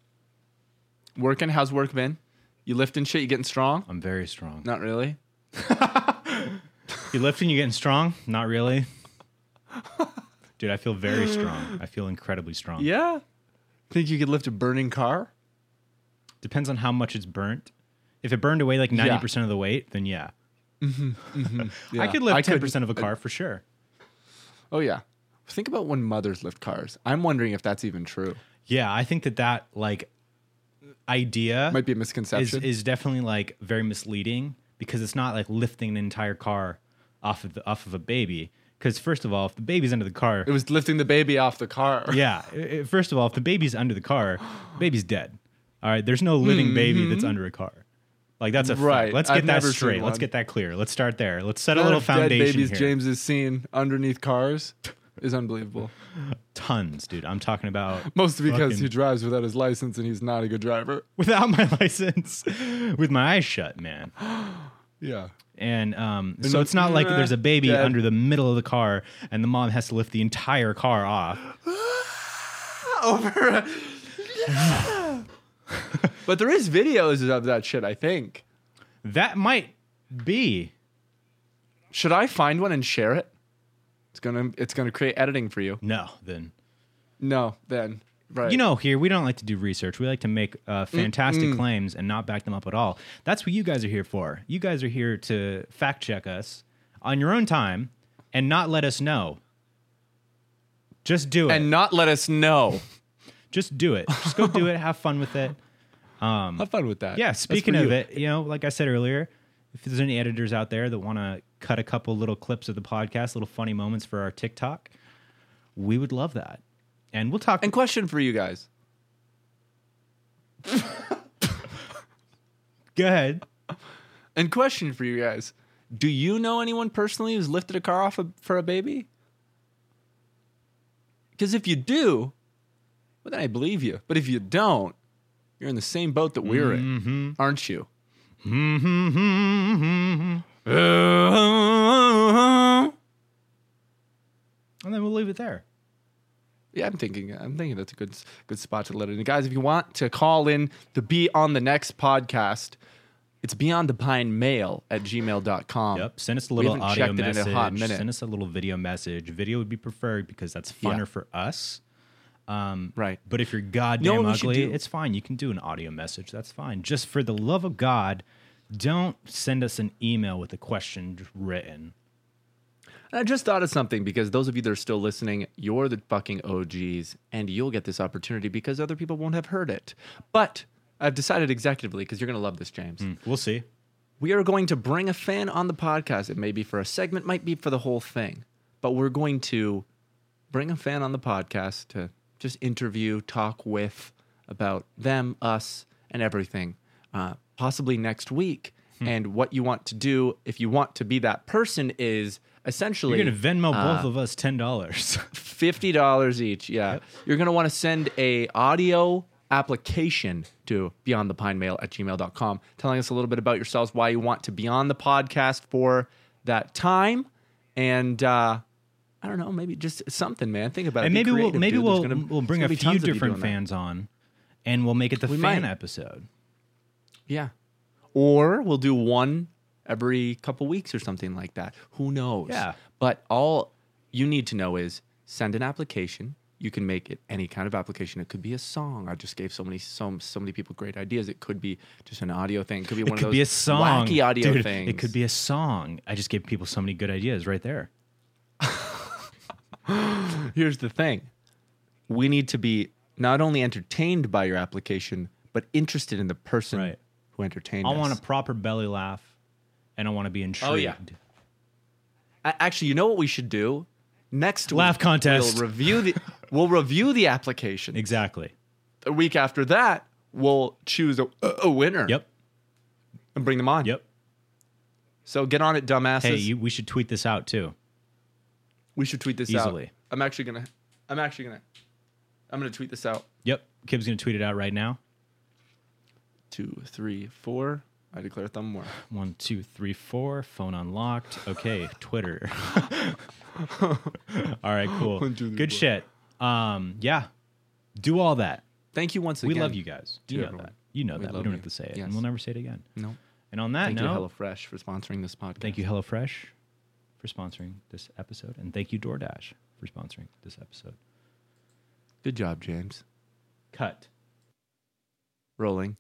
B: Working? How's work been? You lifting shit? You getting strong?
A: I'm very strong.
B: Not really.
A: You lifting? You getting strong? Not really. Dude, I feel very strong. I feel incredibly strong.
B: Yeah. Think you could lift a burning car?
A: Depends on how much it's burnt. If it burned away like 90% of the weight, then yeah. I could lift 10% of a car for sure.
B: Oh yeah. Think about when mothers lift cars. I'm wondering if that's even true.
A: Yeah, I think that that like idea
B: Might be a
A: is
B: misconception.
A: is definitely like very misleading because it's not like lifting an entire car off of the, off of a baby. Because first of all, if the baby's under the car,
B: it was lifting the baby off the car.
A: yeah. i- i- First of all, if the baby's under the car, the baby's dead. All right, there's no living baby that's under a car. Like that's a fact.
B: Mm-hmm. Right,
A: Let's get
B: I've
A: that
B: never seen
A: straight. Let's
B: one.
A: get that clear. Let's start there. Let's set
B: The
A: a
B: amount
A: little
B: of dead
A: foundation here.
B: babies James has seen underneath cars is unbelievable.
A: Tons, dude. I'm talking about
B: Mostly because
A: Fucking-
B: he drives without his license and he's not a good driver.
A: without my license, with my eyes shut, man.
B: Yeah.
A: And um, so it's not like there's a baby
B: Dead.
A: under the middle of the car and the mom has to lift the entire car off.
B: Over. but there is videos of that shit, I think.
A: That might be.
B: Should I find one and share it? It's gonna it's gonna create editing for you.
A: No, then.
B: No, then right.
A: You know, here we don't like to do research. We like to make uh, fantastic claims and not back them up at all. That's what you guys are here for. You guys are here to fact check us on your own time and not let us know. Just do it.
B: and not let us know.
A: Just do it. Just go do it. Have fun with it.
B: Have fun with that.
A: Um, Yeah.
B: That's
A: Speaking
B: for
A: of
B: you.
A: it, you know, like I said earlier, if there's any editors out there that want to cut a couple little clips of the podcast, little funny moments for our TikTok, we would love that. And we'll talk.
B: And question for you guys.
A: go ahead.
B: And question for you guys. Do you know anyone personally who's lifted a car off a, for a baby? Because if you do, well, then I believe you. But if you don't, you're in the same boat that we're in,
A: Mm-hmm.
B: aren't you?
A: Uh-huh. And then we'll leave it there.
B: Yeah, I'm thinking. I'm thinking that's a good good spot to let it in, guys. If you want to call in to be on the next podcast, it's beyond the pine mail at gmail.com.
A: Yep. Send us a
B: We
A: little
B: haven't
A: audio
B: checked it
A: message.
B: in a hot minute.
A: Send us a little video message. Video would be preferred because that's funner
B: Yeah.
A: for us.
B: Right.
A: But if you're
B: You
A: goddamn
B: know what we should
A: ugly,
B: do?
A: it's fine. You can do an audio message. That's fine. Just for the love of God, don't send us an email with a question written.
B: And I just thought of something because those of you that are still listening, you're the fucking OGs and you'll get this opportunity because other people won't have heard it. But I've decided executively because you're going to love this, James.
A: Hmm. We'll see.
B: We are going to bring a fan on the podcast. It may be for a segment, might be for the whole thing, but we're going to bring a fan on the podcast to just interview, talk with about them, us, and everything. Uh, possibly next week.
A: Hmm.
B: And what you want to do if you want to be that person is essentially
A: You're gonna Venmo
B: uh,
A: both of us ten dollars.
B: fifty dollars each. Yeah, you're gonna want to send a audio application to beyondthepinemail at gmail.com telling us a little bit about yourselves why you want to be on the podcast for that time and uh i don't know maybe just something man think about it
A: and
B: Be
A: maybe we'll
B: creative,
A: maybe
B: dude. There's
A: we'll
B: gonna-
A: we'll bring a
B: there's
A: few
B: gonna be tons of you
A: different
B: doing that.
A: fans on, and we'll make it the
B: We
A: fan
B: might.
A: episode.
B: yeah or we'll do one every couple weeks or something like that who knows
A: Yeah.
B: but all you need to know is send an application you can make it any kind of application it could be a song i just gave so many so, so many people great ideas it could be just an audio thing it could be
A: It
B: one of
A: could
B: those
A: be a song.
B: wacky audio
A: Dude,
B: things
A: It could be a song. I just gave people so many good ideas right there.
B: here's the thing we need to be not only entertained by your application but interested in the person
A: Right.
B: who entertained
A: I
B: us.
A: want a proper belly laugh, and I want to be intrigued.
B: Oh, yeah. A- Actually, you know what we should do? Next
A: Laugh
B: week,
A: contest.
B: We'll review the we'll review the application.
A: Exactly.
B: The week after that, we'll choose a, a winner.
A: Yep.
B: And bring them on.
A: Yep.
B: So get on it, dumbasses.
A: Hey, you, we should tweet this out too.
B: we should tweet this out.
A: Easily.
B: I'm actually gonna. I'm actually gonna. I'm gonna tweet this out.
A: Yep. Kib's gonna tweet it out right now.
B: Two, three, four. I declare thumb war.
A: One, two, three, four. Phone unlocked. Okay, Twitter. all right, cool.
B: One, two, three,
A: Good
B: four.
A: shit. Um, yeah. Do all that.
B: Thank you once
A: We
B: again.
A: love you guys. You
B: to
A: know
B: everyone.
A: that. You know that.
B: We
A: We
B: love
A: don't
B: you.
A: have to say it,
B: Yes.
A: and we'll never say it again.
B: No.
A: And on that
B: Thank
A: note,
B: you, HelloFresh, for sponsoring this podcast.
A: Thank you, HelloFresh, for sponsoring this episode. And thank you, DoorDash, for sponsoring this episode.
B: Good job, James.
A: Cut.
B: Rolling.